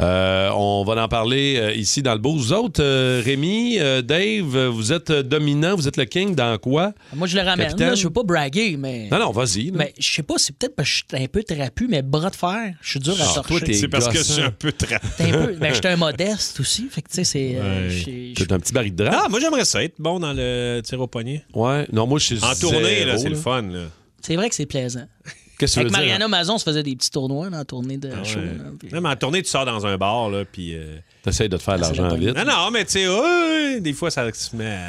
Euh, on va en parler euh, ici dans le beau. Vous autres, euh, Rémi, euh, Dave, euh, vous êtes euh, dominant, vous êtes le king dans quoi?
Moi, je le ramène.
Capitaine?
Là, je veux pas braguer, mais.
Non, non, vas-y. là.
Mais je sais pas, c'est peut-être parce que je suis un peu trapu, mais bras de fer, je suis dur à
Ah,
sortir.
toi, t'es C'est parce que gossant. je suis un
peu trapu.
T'es un peu. Ben, je suis
<laughs>
un modeste aussi. Fait que, tu sais, c'est. euh, je suis-
T'es un petit baril de drap.
Ah, moi, j'aimerais ça être bon dans le tir au poignet.
Ouais, non, moi, je suis
En tournée, là,
zéro,
c'est le fun. là.
C'est vrai que c'est plaisant.
Qu'est-ce que tu
Avec
veux dire?
Mariana Mazon, on se faisait des petits tournois dans la tournée de
Ah,
show.
Ah Ouais.
là.
Non, mais en tournée, tu sors dans un bar, là, puis. euh,
T'essayes de te
Ah,
faire de l'argent vite.
Non, non, mais tu sais, ouais, des fois, ça se met à,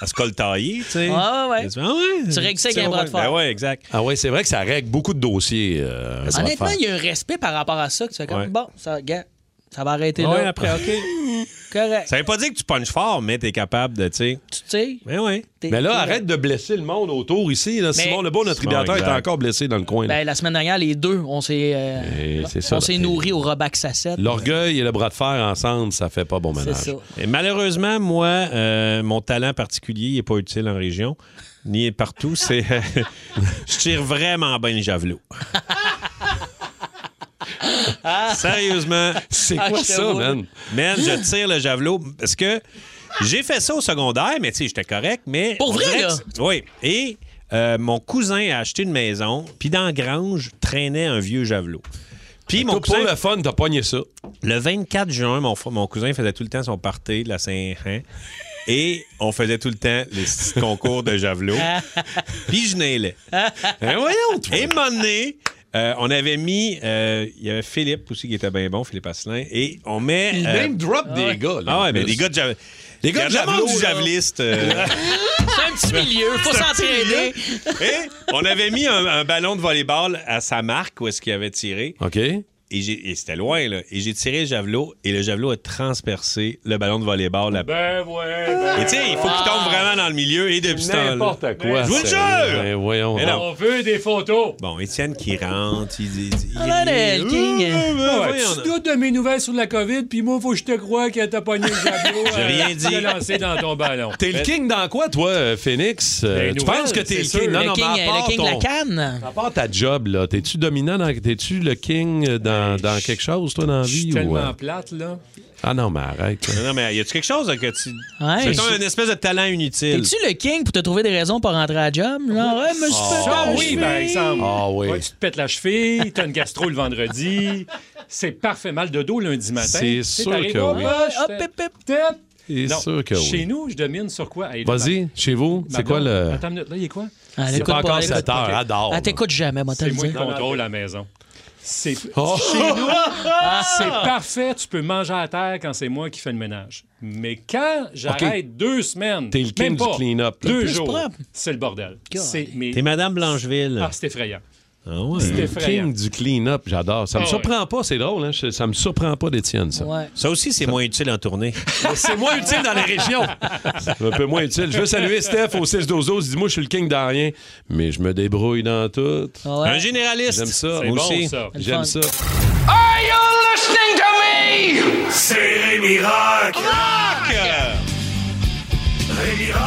à se coltailler, tu
Ouais,
sais.
ouais, ouais.
Tu, ah ouais,
Tu règles ça avec un bras de fer.
Ben ouais, exact.
Ah ouais, c'est vrai que ça règle beaucoup de dossiers. euh, ça va
Honnêtement,
faire.
il y a un respect par rapport à ça que tu fais comme
Ouais.
bon, ça, gars, ça va arrêter
Ouais,
là.
après, OK.
<laughs> Correct.
Ça veut pas dire que tu punches fort, mais t'es capable de, tu sais.
Tu sais.
Mais Ben ouais.
Mais là, arrête de blesser le monde autour ici. là.
Mais-
Simon Lebeau, notre
Simon,
idéateur, est
exact.
encore blessé dans le coin. là.
Ben, la semaine dernière, les deux, on s'est euh,
Eh, c'est ça,
on
la
s'est
télé.
nourri au Robac Sassette.
<laughs> L'orgueil et le bras de fer ensemble, ça fait pas bon ménage.
ça.
Et malheureusement, moi, euh, mon talent particulier n'est pas utile en région, ni partout. C'est, <laughs> euh, je tire vraiment bien
<laughs>
le javelot. Sérieusement.
C'est quoi Ah, je te ça, vois. man?
Man, je tire le javelot parce que j'ai fait ça au secondaire, mais tu sais, j'étais correct, mais...
Pour
on
vrai,
dirait que
là?
c'est- Oui. Et euh, mon cousin a acheté une maison, puis dans la grange, traînait un vieux javelot. Puis mon
Toi, pour
cousin...
le fun, t'as pogné ça.
Le 24 juin, mon, fr- mon cousin faisait tout le temps son party de la Saint-Jean. Et on faisait tout le temps les petits concours
<laughs>
de javelot. Puis je n'ai
Ben
voyons, Et un moment donné, euh, on avait mis... euh, Il y avait Philippe aussi qui était bien bon, Philippe Asselin. Et on met... euh,
Il name drop des gars, là,
Ah ouais,
en
mais
plus.
des gars de javelot.
Des gars de
Il y a vraiment
javelot,
du
là. <laughs>
javeliste. euh,
C'est un petit milieu, faut
C'est un petit
s'entraîner.
Et on avait mis un, un ballon de volleyball à sa marque où est-ce qu'il avait tiré.
OK.
Et, j'ai- et c'était loin, là. Et j'ai tiré le javelot et le javelot a transpercé le ballon de volleyball. là.
Ben ouais. Ben
Et tu sais, il faut qu'il
Ah.
tombe vraiment dans le milieu et depuis ce temps-là-
N'importe quoi,
Je vous le
sérieux.
jure!
Ben voyons
Mais
donc.
non.
On veut des photos.
Bon, Étienne qui rentre, il dit. il-
Ah, là, le king.
Ouais, ouais,
Ah,
voyons.
tu doutes de mes nouvelles sur la COVID, puis moi, faut que je te croie que t'as pogné le
<laughs>
javelot.
J'ai
euh,
rien
tu
dit. Ben,
l'as lancé dans ton ballon.
T'es le king dans quoi, toi, euh, Phoenix? Euh,
Ben,
tu
nouvelle,
penses que t'es le
c'est sûr.
king? Non,
Le
non, mais
king,
à
euh,
part
le king de la
ton-
canne.
À part ta job, là, t'es-tu dominant dans... T'es-tu le king euh,
Ben,
dans, dans quelque chose, toi, dans la
Je suis
vie?
tellement
Ou, euh,
plate, là.
Ah non, mais arrête. toi.
Non, non, mais y a-tu quelque chose là, que tu.
Ouais.
C'est comme une espèce de talent inutile.
T'es-tu le king pour te trouver des raisons pour rentrer à job? Genre, ouais, mais je
Ah,
peux pas.
oui, par exemple.
Ah oui.
Ouais, tu te pètes la cheville, t'as une gastro le vendredi. C'est parfait mal de dos lundi matin.
C'est
Tu sais,
sûr
t'arrives,
que
hop,
oui.
hop,
Hop,
j'étais-
hip, hip.
Tip.
C'est
Non,
sûr que
Chez
oui.
nous, je domine sur quoi? Hey, là,
Vas-y, chez vous,
ma- ma
c'est quoi
blonde-
le...
Attends une minute, là, il est quoi?
Ah, elle
C'est
écoute
pas encore
elle écoute ah,
7 heures,
pas.
adore.
Elle t'écoute jamais, moi, te
C'est
le
moi qui
dire.
contrôle la maison. C'est
Oh!
<laughs> chez nous,
Ah!
<laughs> c'est parfait. Tu peux manger à terre quand c'est moi qui fais le ménage. Mais quand j'arrête deux semaines,
T'es le
même
king du
pas,
clean-up, là.
deux
Plus
jours,
propre.
c'est le bordel.
God.
C'est mes-
T'es Madame Blancheville.
Ah, c'est effrayant.
Ah ouais.
C'est
Le
effrayant.
king du clean-up, j'adore. Ça me
Ah ouais.
surprend pas, c'est drôle. Hein? je- Ça me surprend pas d'Étienne, ça.
Ouais.
Ça aussi, c'est moins utile en tournée.
C'est moins utile dans les régions. un peu moins utile. Je veux saluer Steph au 6 12 12 Dis-moi, je suis le king dans rien, mais je me débrouille dans tout.
Ah Ouais.
Un généraliste.
J'aime ça.
C'est
moi
bon,
aussi.
ça.
J'aime ça.
Fun.
Are you listening to me? C'est Rémi Rock. Rémi Rock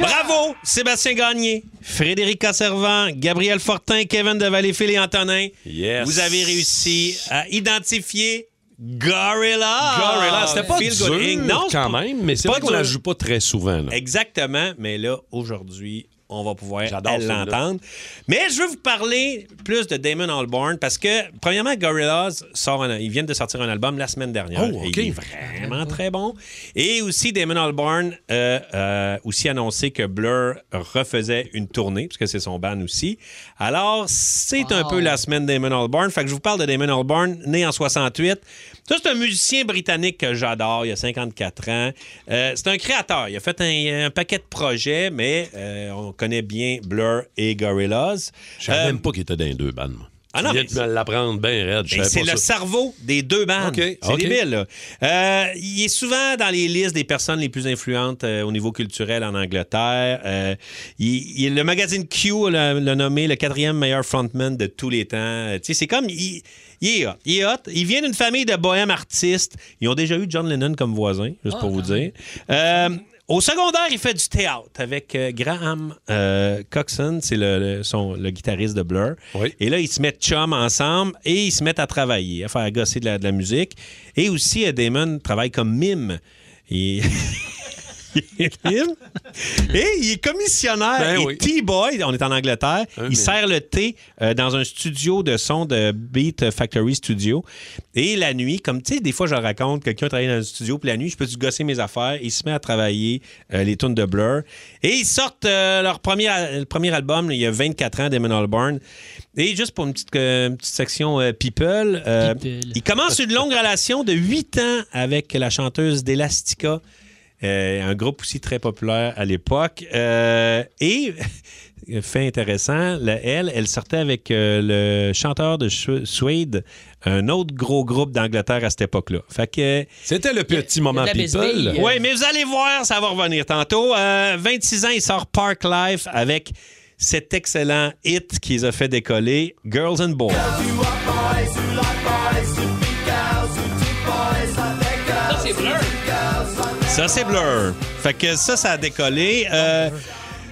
Bravo, Sébastien Gagné, Frédéric Casservant, Gabriel Fortin, Kevin de Valleyfield et Antonin.
Yes.
Vous avez réussi à identifier Gorilla.
Gorilla, c'était pas
Ah, Feel Good Inc.
dur
Non, c'est
quand
pas-
même, mais c'est
pas
vrai qu'on la
dur.
joue pas très souvent. là.
Exactement, mais là, aujourd'hui, on va pouvoir
J'adore
elle
celui-là.
l'entendre. Mais je veux vous parler plus de Damon Albarn parce que, premièrement, Gorillaz, sort un- ils viennent de sortir un album la semaine dernière.
Oh, OK.
Et il est vraiment très bon. Et aussi, Damon Albarn euh, euh, aussi annoncé que Blur refaisait une tournée, parce que c'est son ban aussi. Alors, c'est un
Wow.
peu la semaine Damon Albarn. Fait que je vous parle de Damon Albarn, né en 68. Ça, c'est un musicien britannique que j'adore. Il a 54 ans. Euh, c'est un créateur. Il a fait un, un paquet de projets, mais euh, on connaît bien Blur et Gorillaz.
Je savais
Euh,
même pas qu'il était dans les deux bandes. moi.
Ah
Tu
non,
viens
mais
de me l'apprendre bien raide. je
ben,
savais
c'est
pas
le
ça.
cerveau des deux bandes.
OK,
C'est
OK.
débile. là. Euh, il est souvent dans les listes des personnes les plus influentes euh, au niveau culturel en Angleterre. Euh, il- il- le magazine Q l'a l'a nommé le quatrième meilleur frontman de tous les temps. Euh, tu sais, c'est comme... Il, il est hot. Il est hot. Il vient d'une famille de bohèmes artistes. Ils ont déjà eu John Lennon comme voisin, juste pour vous dire. Euh, au secondaire, il fait du théâtre avec euh, Graham euh, Coxon, c'est le, le- son, le guitariste de Blur.
Oui.
Et là, ils se mettent chum ensemble et ils se mettent à travailler, à faire gosser de <laughs> la, de la musique. Et aussi, euh, Damon travaille comme mime. Et... Philippe. Et il est commissionnaire.
Ben
et
oui.
T-Boy, on est en Angleterre, il
mais-
sert le thé euh, dans un studio de son de Beat Factory Studio. Et la nuit, comme tu sais, des fois, je raconte, quelqu'un travaille dans un studio, puis la nuit, je peux te gosser mes affaires. Il se met à travailler euh, les tunes de Blur. Et ils sortent euh, leur premier, le premier album, là, il y a 24 ans, d'Emin Albarn. Et juste pour une petite, euh, une petite section euh, People, euh, il commence une longue relation de 8 ans avec la chanteuse d'Elastica, euh, un groupe aussi très populaire à l'époque. Euh, et, <laughs> fait intéressant, la- elle, elle sortait avec euh, le chanteur de Su- Suède, un autre gros groupe d'Angleterre à cette époque-là. Fait que...
C'était le petit moment
la
people.
bisbille. euh. Oui, mais vous allez voir, ça va revenir tantôt. Euh, 26 ans, il sort Park Life avec cet excellent hit qu'ils ont fait décoller, Girls and Boys.
Ça, c'est bleu.
Ça, c'est Blur. Fait que ça, ça a décollé. Euh,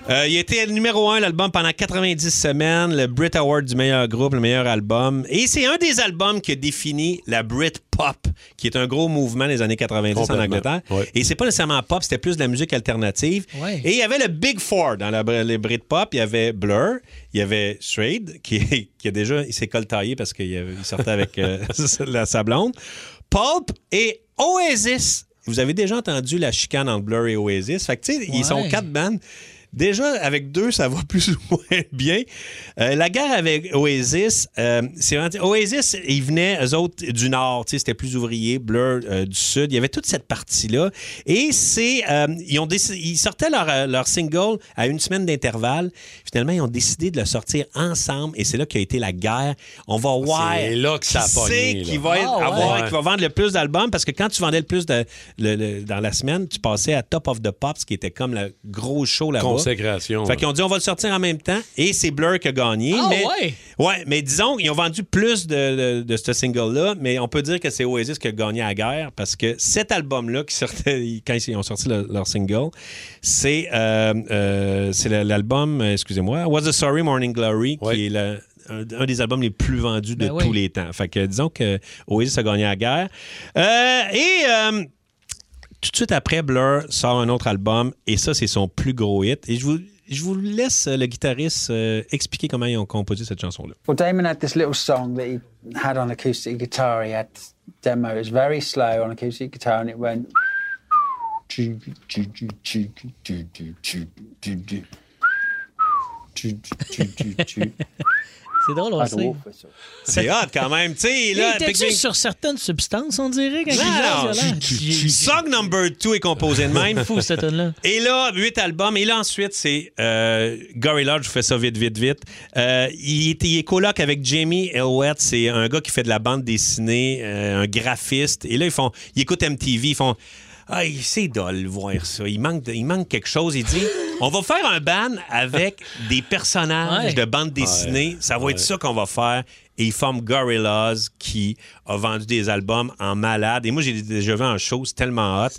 euh, il a été numéro un, l'album, pendant 90 semaines, le Brit Award du meilleur groupe, le meilleur album. Et c'est un des albums qui a défini la Brit Pop, qui est un gros mouvement des années 90 en
Complètement.
Angleterre.
Ouais.
Et c'est pas nécessairement pop, c'était plus de la musique alternative.
Ouais.
Et il y avait le Big Four dans la, les Britpop. Il y avait Blur, il y avait Suede, qui, qui a déjà, il s'est coltaillé parce qu'il avait- il sortait avec euh, <laughs> la, sa blonde. Pulp et Oasis. Vous avez déjà entendu la chicane entre Blur et Oasis. Fait que, tu sais, ils sont
Ouais.
quatre bandes. Déjà, avec deux, ça va <laughs> plus ou moins bien. Euh, la guerre avec Oasis, euh, c'est vraiment- Oasis, ils venaient, eux autres, du Nord. tu sais, C'était plus ouvrier, Blur, euh, du Sud. Il y avait toute cette partie-là. Et c'est... euh, ils, ont décidé- ils sortaient leur, euh, leur single à une semaine d'intervalle. Finalement, ils ont décidé de le sortir ensemble. Et c'est là qu'a été la guerre. On va voir
C'est là que ça a
Ah, qui
pogné,
c'est
là.
qui va, être-
Ah ouais.
avoir-
Ouais.
qui va vendre le plus d'albums parce que quand tu vendais le plus de, le- le- dans la semaine, tu passais à Top of the Pops qui était comme le gros show là-bas.
Consécration.
Fait qu'ils ont dit on va le sortir en même temps et c'est Blur qui a gagné.
Ah
mais,
ouais?
Ouais, mais disons, ils ont vendu plus de, de- de ce single-là, mais on peut dire que c'est Oasis qui a gagné la guerre parce que cet album-là, qui sortait <laughs> quand ils ont sorti le- leur single, c'est euh, euh, c'est le- l'album, euh, excusez-moi, Was a Sorry Morning Glory, qui est le- un, un des albums les plus vendus de
Ben oui.
tous les temps. Fait que disons que Oasis a gagné la guerre. Euh, et. euh, tout de suite après, Blur sort un autre album et ça, c'est son plus gros hit. Et je vous, je vous laisse euh, le guitariste euh, expliquer comment ils ont composé cette chanson-là.
Well, Damon had this little song that he had on acoustic guitar. He had demo. It was very slow on acoustic guitar, and it went.
C'est drôle, on
Ah,
le sait.
drôle,
C'est hot quand même, tu sais.
Il
là,
était
Big
dessus
Big-
sur certaines substances, on dirait, quand il
Non,
jase, il a l'air.
Song number 2 est composé de même.
Fou, cette tune-là.
<laughs> Et là, huit albums. Et là, ensuite, c'est euh, Gorillaz. Je fais ça vite, vite, vite. Euh, il, est, il est coloc avec Jamie Elwett. C'est un gars qui fait de la bande dessinée, euh, un graphiste. Et là, ils font, ils écoutent MTV. Ils font, ah, c'est dole voir ça. Il manque, de- il manque quelque chose. Il dit, on va faire un band avec des personnages
Ouais.
de bande dessinée.
Ouais.
Ça va être
Ouais.
ça ça qu'on va faire. Et ils forment Gorillaz qui a vendu des albums en malade. Et moi, j'ai déjà vu en show, c'est tellement hot.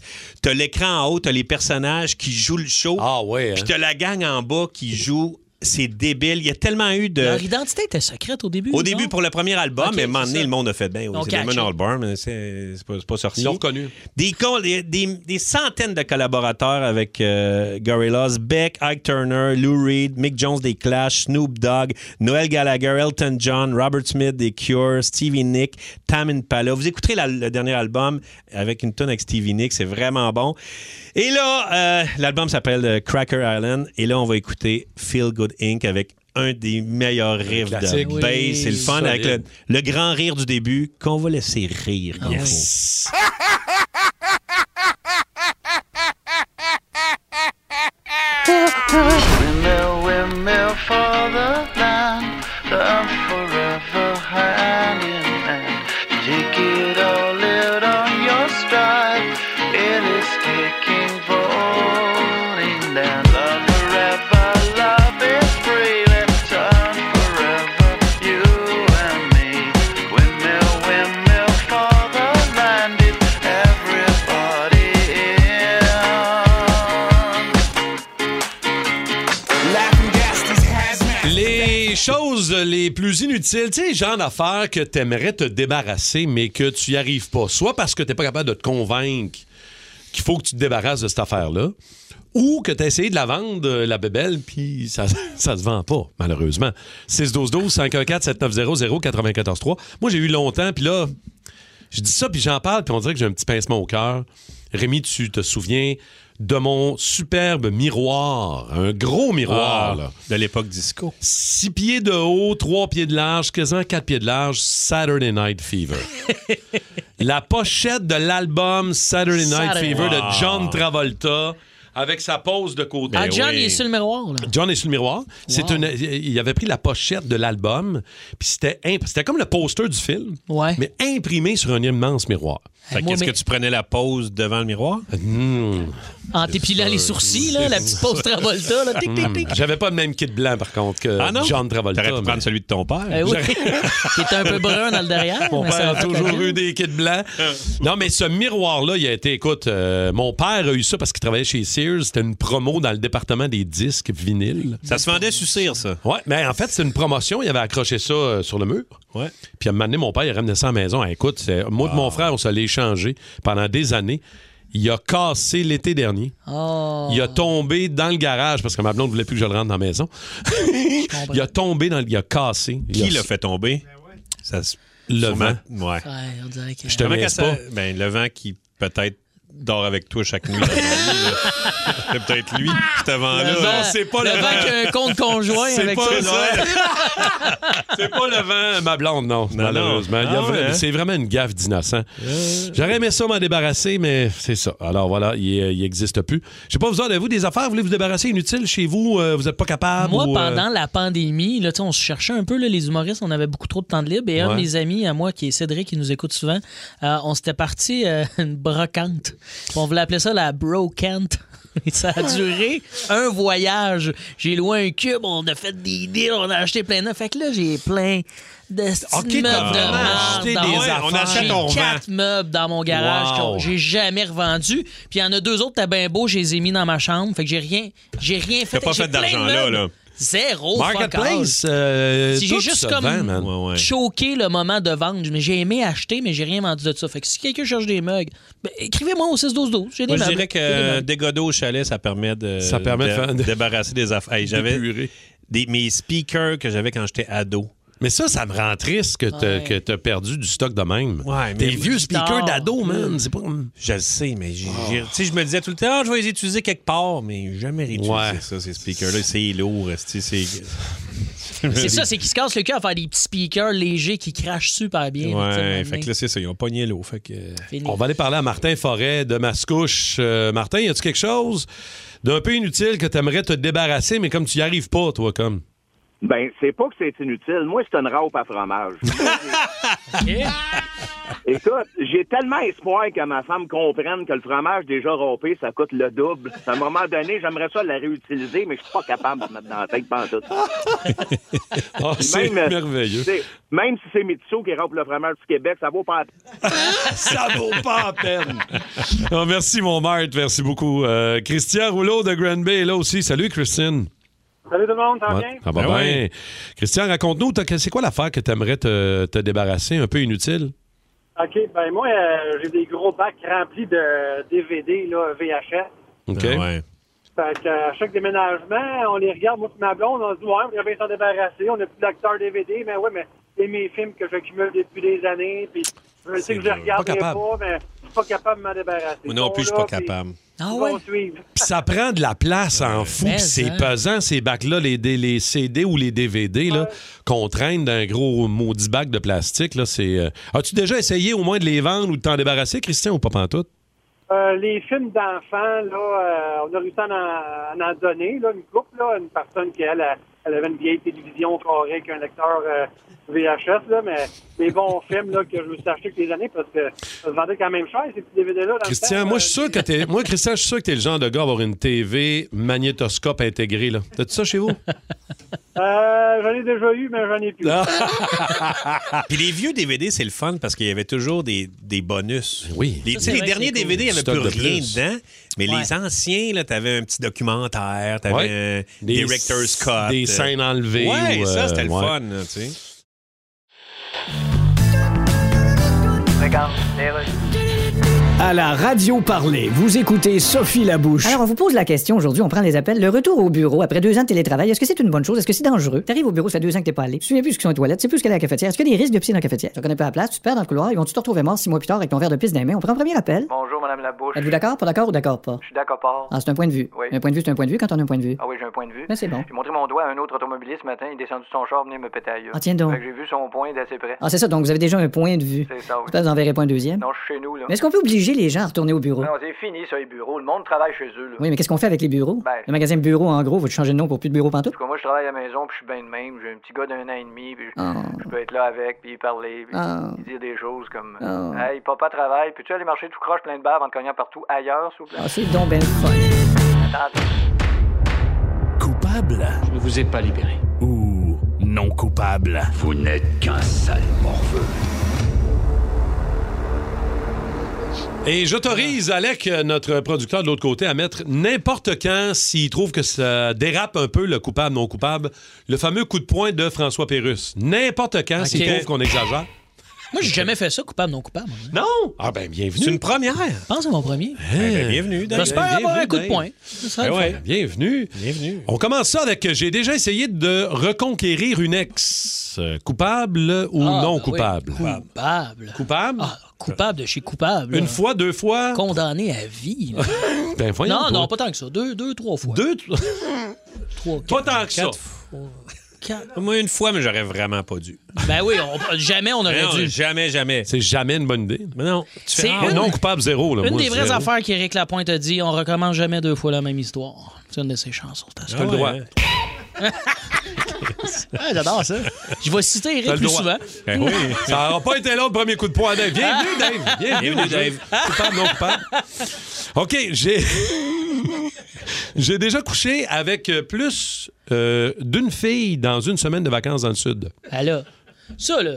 T'as l'écran en haut, t'as les personnages qui jouent le show. Ah ouais. Puis t'as la gang en bas qui joue. C'est débile. Il y a tellement eu de.
Leur identité était secrète au début.
Au
non?
début, pour le premier album, mais à un moment donné, le monde a fait bien.
On
C'est Damon
catch. <laughs>
Albarn, mais c'est c'est pas, c'est pas sorti.
Ils l'ont reconnu.
Des, con- des, des- des centaines de collaborateurs avec euh, Gorillaz, Beck, Ike Turner, Lou Reed, Mick Jones des Clash, Snoop Dogg, Noel Gallagher, Elton John, Robert Smith des Cure, Stevie Nick, Tam Impala. Vous écouterez la- le dernier album avec une tonne avec Stevie Nick, c'est vraiment bon. Et là, euh, l'album s'appelle euh, Cracker Island. Et là, on va écouter Feel Good Inc. avec un des meilleurs riffs
classique.
de bass. C'est le fun
Solide.
avec le, le grand rire du début qu'on va laisser rire. Gabo.
Windmill, windmill for the land, the earth forever hand in hand. Take it all out on your stride, it is taking falling down. Love forever, love is free, let's turn forever, you and me. Windmill, windmill for the land, it's everybody in.
Les choses les plus inutiles, tu sais, genre d'affaires que t'aimerais te débarrasser, mais que tu y arrives pas. Soit parce que t'es pas capable de te convaincre qu'il faut que tu te débarrasses de cette affaire-là. Ou que tu as essayé de la vendre, euh, la bébelle, puis ça <laughs> ça se vend pas, malheureusement. 612-12-514-7900-943. Moi, j'ai eu longtemps, puis là, je dis ça, puis j'en parle, puis on dirait que j'ai un petit pincement au cœur. Rémi, tu te souviens de mon superbe miroir, un gros miroir,
Ah,
là.
De l'époque disco.
Six pieds de haut, trois pieds de large, quasiment quatre pieds de large, Saturday Night
<laughs>
Fever. La pochette de l'album Saturday Night
Saturday.
Fever
Wow.
de
Ah.
John Travolta avec sa pose de côté.
Ah,
Ben
John, il est sur le miroir, là.
Ben John est sous le miroir. C'est
Wow.
une, il avait pris la pochette de l'album, puis c'était imp- c'était comme le poster du film, mais imprimé sur un immense miroir.
Eh,
Fait que Moi, est-ce mais- que
tu prenais la pose devant le miroir?
Ah, En t'épilant les sourcils, là, la petite pose Travolta, là, tic, tic, tic.
Hmm. J'avais pas le même kit blanc, par contre, que
Ah non?
John Travolta. T'aurais pu prendre
celui de ton père.
Eh oui. <laughs>
<laughs>
Qui était un peu brun dans le derrière,
Mon
mais ça
père
va
a toujours
correct.
eu des kits
<laughs>
blancs. Non, mais ce miroir-là, il a été, écoute, euh, mon père a eu ça parce qu'il travaillait chez Sears. C'était une promo dans le département des disques vinyles.
Ça se vendait sur cire, ça.
Ouais, mais en fait, c'est une promotion. Il avait accroché ça euh, sur le mur.
Ouais. Ah.
Puis à un moment donné, mon père, il ramenait ça à la maison. Hey, écoute, c'est- moi et mon frère, on se l'est échangé pendant des années. Il a cassé l'été dernier.
Oh.
<laughs> Il a tombé dans le garage parce que ma blonde voulait plus que je le rentre dans la maison. <laughs> il a tombé dans le. Il a cassé.
Qui l'a fait tomber?
Ben
Ça se-
Le
sûrement-
vent.
Ouais.
Ouais, on dirait que-
Je te
Comment
mince
que ça-
pas.
Ben, le vent qui peut-être dort avec toi
<laughs>
chaque nuit. dans ton lit, là. C'est peut-être lui, cet avant-là.
Le vent- le vent qui a un compte conjoint
C'est
avec <laughs> ça.
pas ça. C'est pas le vent, ma blonde, non, malheureusement. Il y a
Ah
vra-
ouais, hein?
C'est vraiment une gaffe d'innocent.
Euh.
J'aurais aimé ça m'en débarrasser, mais c'est ça. Alors voilà, il n'existe plus. Je sais pas, vous avez vous des affaires, vous voulez vous débarrasser inutiles chez vous, euh, vous n'êtes pas
Ah,
capable?
Moi,
ou, euh,
pendant la pandémie, là, tu sais, on se cherchait un peu, là, les humoristes, on avait beaucoup trop de temps de libre. Et un de
Ouais.
mes amis à moi, qui est Cédric, qui nous écoute souvent, euh, on s'était parti euh, <laughs> une brocante. Puis On voulait appeler ça la brocante. <laughs> Et ça a duré un voyage. J'ai loué un cube, on a fait des deals, on a acheté plein de. Fait que là, j'ai plein de
Ok,
meubles de
t'as vraiment
marde
acheté
dans
des
mon-
affaires. On achète,
J'ai
on revend.
quatre meubles dans mon garage
Wow.
que j'ai jamais revendu. Puis il y en a deux autres, t'as bien beau, je les ai mis dans ma chambre. Fait que j'ai rien, j'ai rien fait.
T'as pas
J'ai
fait
plein de
d'argent là,
meubles.
là.
Zéro. fuck
Marketplace,
all.
euh,
Si j'ai
tout
juste
se
comme
vend, man.
choqué le moment de vendre. Mais j'ai aimé acheter, mais j'ai rien vendu de ça. Fait que si quelqu'un cherche des mugs, ben, écrivez-moi au 6-12-12. J'ai des
Moi, je
meubles.
dirais que
J'ai des
euh,
meubles.
des godots au chalet, ça permet de,
Ça permet de faire- de-
débarrasser des affaires. Hey, j'avais
d'épurer.
des, mes speakers que j'avais quand j'étais ado.
Mais ça, ça me rend triste que t'as
Ouais.
que t'as perdu du stock de même.
Ouais,
Des
mais-
vieux speakers d'ado,
euh,
man. C'est pas comme-
Je le sais, mais j'ai- j'ai- tu sais, je me disais tout le temps, Ah, je vais les utiliser quelque part, mais jamais réutilisé
Ouais.
ça, ces speakers-là. C'est lourd, c'est... c'est-
C'est ça, c'est qu'ils se cassent le cœur à faire des petits speakers légers qui crachent super bien. là, tu sais, à un
Ouais,
moment
fait
donné.
que là, c'est ça, ils ont pogné l'eau. Fait que...
Fini.
euh, On va aller parler à Martin Forêt de Mascouche. Euh, Martin, y a-tu quelque chose d'un peu inutile que t'aimerais te débarrasser, mais comme tu y arrives pas,
<laughs>
toi, comme?
Ben, c'est pas que c'est inutile. Moi, c'est une raupe à fromage.
<laughs>
Écoute, j'ai tellement espoir que ma femme comprenne que le fromage déjà râpé, ça coûte le double. À un moment donné, j'aimerais ça la réutiliser, mais je suis pas capable de me mettre dans la tête pendant tout.
Ah, c'est
euh,
merveilleux.
tu sais, Même si c'est Mitsu qui rampe le fromage du Québec, ça vaut pas la
<laughs> Ça vaut pas la peine. Ah, merci, mon maître. Merci beaucoup. Euh, Christian Rouleau de Grand Bay est là aussi. Salut, Christine.
Salut tout le monde, ça va bien? Ben
Ouais, Ça va
Ben
bien. Christian, raconte-nous, t'as- que- c'est quoi l'affaire que t'aimerais te, te débarrasser, un peu inutile?
OK, ben moi, euh, j'ai des gros bacs remplis de DVD, là, VHS.
OK.
Fait que, euh, à chaque déménagement, on les regarde, moi et ma blonde, on se dit « Ouais, on bien s'en débarrasser, on n'a plus d'acteur DVD, mais ouais, mais c'est mes films que j'accumule depuis des années, puis je sais que je les regarderai pas,
Pas capable.
mais je suis pas capable de m'en débarrasser.
Moi non
Ils
plus, je
sont
suis pas
là, puis
capable.
Ah
ils
ouais?
vont suivre.
Puis ça prend de la place en fou.
Mais
puis c'est
hein.
pesant, ces bacs-là, les, dé- les CD ou les DVD là, qu'on traîne d'un gros maudit bac de plastique. Là, c'est, euh, As-tu déjà essayé au moins de les vendre ou de t'en débarrasser, Christian, ou pas pantoute?
Euh, les films d'enfants, là, euh, on a réussi à en, à en donner, là, une couple, là, une personne qui, elle, elle- elle avait une vieille télévision carrée avec un lecteur euh, VHS, là, mais des
<laughs>
bons films, là, que je me suis acheté toutes les années parce que ça se vendait quand même cher, ces petits DVD-là. dans le
Christian,
temps,
moi, je suis sûr que t'es, moi, Christian, je suis sûr que t'es le genre de gars à avoir une TV magnétoscope intégrée. Là. T'as-tu ça chez vous?
Euh, j'en ai déjà eu, mais j'en ai plus.
Puis les vieux DVD, c'est le fun parce qu'il y avait toujours des, des bonus.
Ben Oui.
Les,
Ça, c'est
tu sais, les
vrai,
derniers
c'est cool.
DVD, il n'y avait
Stock
plus
de
rien
plus.
dedans. Mais
Ouais.
les anciens, là, t'avais un petit documentaire, t'avais
Ouais.
un
Des-
director's cut. euh.
des scènes enlevées
Ouais,
ou,
ça,
euh,
c'était le
ouais.
fun, là, tu sais.
Regarde, les rues.
À la radio parler, vous écoutez Sophie Labouche.
Alors, on vous pose la question aujourd'hui, on prend les appels. Le retour au bureau après deux ans de télétravail, est-ce que c'est une bonne chose? Est-ce que c'est dangereux? T'arrives au bureau, ça fait deux ans que t'es pas allé. Tu te souviens plus ce qu'ils sont les toilettes, tu sais plus ce qu'elle est à la cafetière. Est-ce qu'il y a des risques de pisser dans la cafetière? Tu connais pas la place, tu te perds dans le couloir, ils vont te retrouver mort six mois plus tard avec ton verre de pisse dans les mains. On prend un premier appel.
Bonjour, Madame Labouche.
Êtes-vous d'accord, pas d'accord ou d'accord pas?
Je suis d'accord, pas.
Ah, c'est un point de vue.
Oui.
Un point de vue, c'est un point de vue quand on a un point de vue.
Ah oui, j'ai un point de vue.
Mais c'est bon.
J'ai montré mon doigt à un autre automobiliste ce matin, il est descendu de son char, venait me péter ailleurs.
Ah, tiens donc.
Fait que j'ai vu son point d'assez près.
Ah, c'est ça, donc vous avez déjà un point de vue.
C'est ça, oui.
J'espère que vous en verrez pas un deuxième.
Non, je suis chez nous, là.
Mais est-ce qu'on peut obliger les gens à retourner au bureau?
Non, c'est fini, ça, les bureaux. Le monde travaille chez eux, là.
Oui, mais qu'est-ce qu'on fait avec les bureaux?
Ben-
le magasin bureau, en gros, faut changer de nom pour plus de bureau
En
pantoute?
tout cas, moi, je travaille à la maison, puis je suis bien de même. J'ai un petit gars d'un an et demi, puis je,
Ah.
je peux être là avec, puis parler, puis
Ah.
dire des choses comme
Ah.
Hey, papa travaille, puis tu aller marcher tout croche plein de barres en te cognant partout ailleurs, s'il vous plaît.
Ah, c'est donc ben le fun.
Attendez.
Coupable? Je ne vous ai pas libéré. Ou non coupable? Vous n'êtes qu'un sale morveux.
Et j'autorise Alec, euh, notre producteur de l'autre côté, à mettre n'importe quand, s'il trouve que ça dérape un peu le coupable, non coupable, le fameux coup de poing de François Pérusse. N'importe quand, s'il
Ok.
trouve qu'on exagère.
Moi, j'ai jamais fait ça, coupable, non coupable. hein.
Non! Ah ben, bienvenue. C'est une première.
Je pense à mon premier.
Eh ben, bienvenue. Dave.
J'espère avoir
Bienvenue,
un coup de
Dave.
poing. Ce serait
Eh
le fun.
ouais, bienvenue. Bienvenue. On commence ça avec euh, j'ai déjà essayé de reconquérir une ex. Euh, Coupable ou
Ah, ben
non
oui,
coupable?
Coupable.
Coupable?
Ah, coupable de chez coupable.
Une
là.
fois, deux fois?
Condamné à vie. là.
Ben, <laughs> voyons
non,
donc.
non, pas tant que ça. Deux, deux trois fois.
Deux,
<laughs> trois,
Pas tant que ça.
quatre fois. Quatre-
Moi, une fois, mais j'aurais vraiment pas dû.
Ben oui, on- jamais on aurait
Non,
dû.
Jamais, jamais.
C'est jamais une bonne idée.
Mais non.
fais- C'est Ah, une-
non coupable zéro. Là,
Une
moi,
des
je
vraies
dirais.
affaires qu'Éric Lapointe a dit, on recommence jamais deux fois la même histoire. C'est une de ses chansons.
T'as Ah, le droit.
hein. <laughs> Ah, J'adore
<laughs>
ça. Je vais citer
T'as
Eric
le
plus
droit.
souvent.
Ben oui. Ça n'aura pas été long le premier coup de poing à Dave. Bienvenue,
<laughs>
Dave. Bienvenue,
Bienvenue,
Dave. Coupable, non coupable. OK, j'ai. J'ai déjà couché avec euh, plus euh, d'une fille dans une semaine de vacances dans le Sud.
Ben là, ça, là,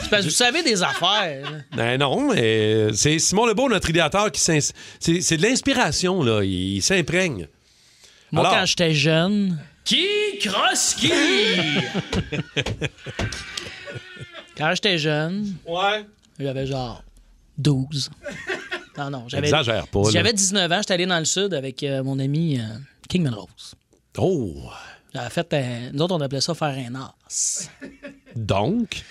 c'est parce que vous savez des affaires. là.
Ben non, mais c'est Simon Lebeau, notre idéateur, qui s'ins- c'est c'est de l'inspiration, là. Il, il s'imprègne.
Moi,
Alors-
quand j'étais jeune... Qui crosse qui? <laughs> quand j'étais jeune,
Ouais.
j'avais genre 12. Non, non, j'avais...
Exagère pas, là.
J'avais 19 ans, j'étais allé dans le sud avec euh, mon ami euh, Kingman Rose.
Oh!
En fait, euh, nous autres, on appelait ça faire un as. <laughs>
Donc?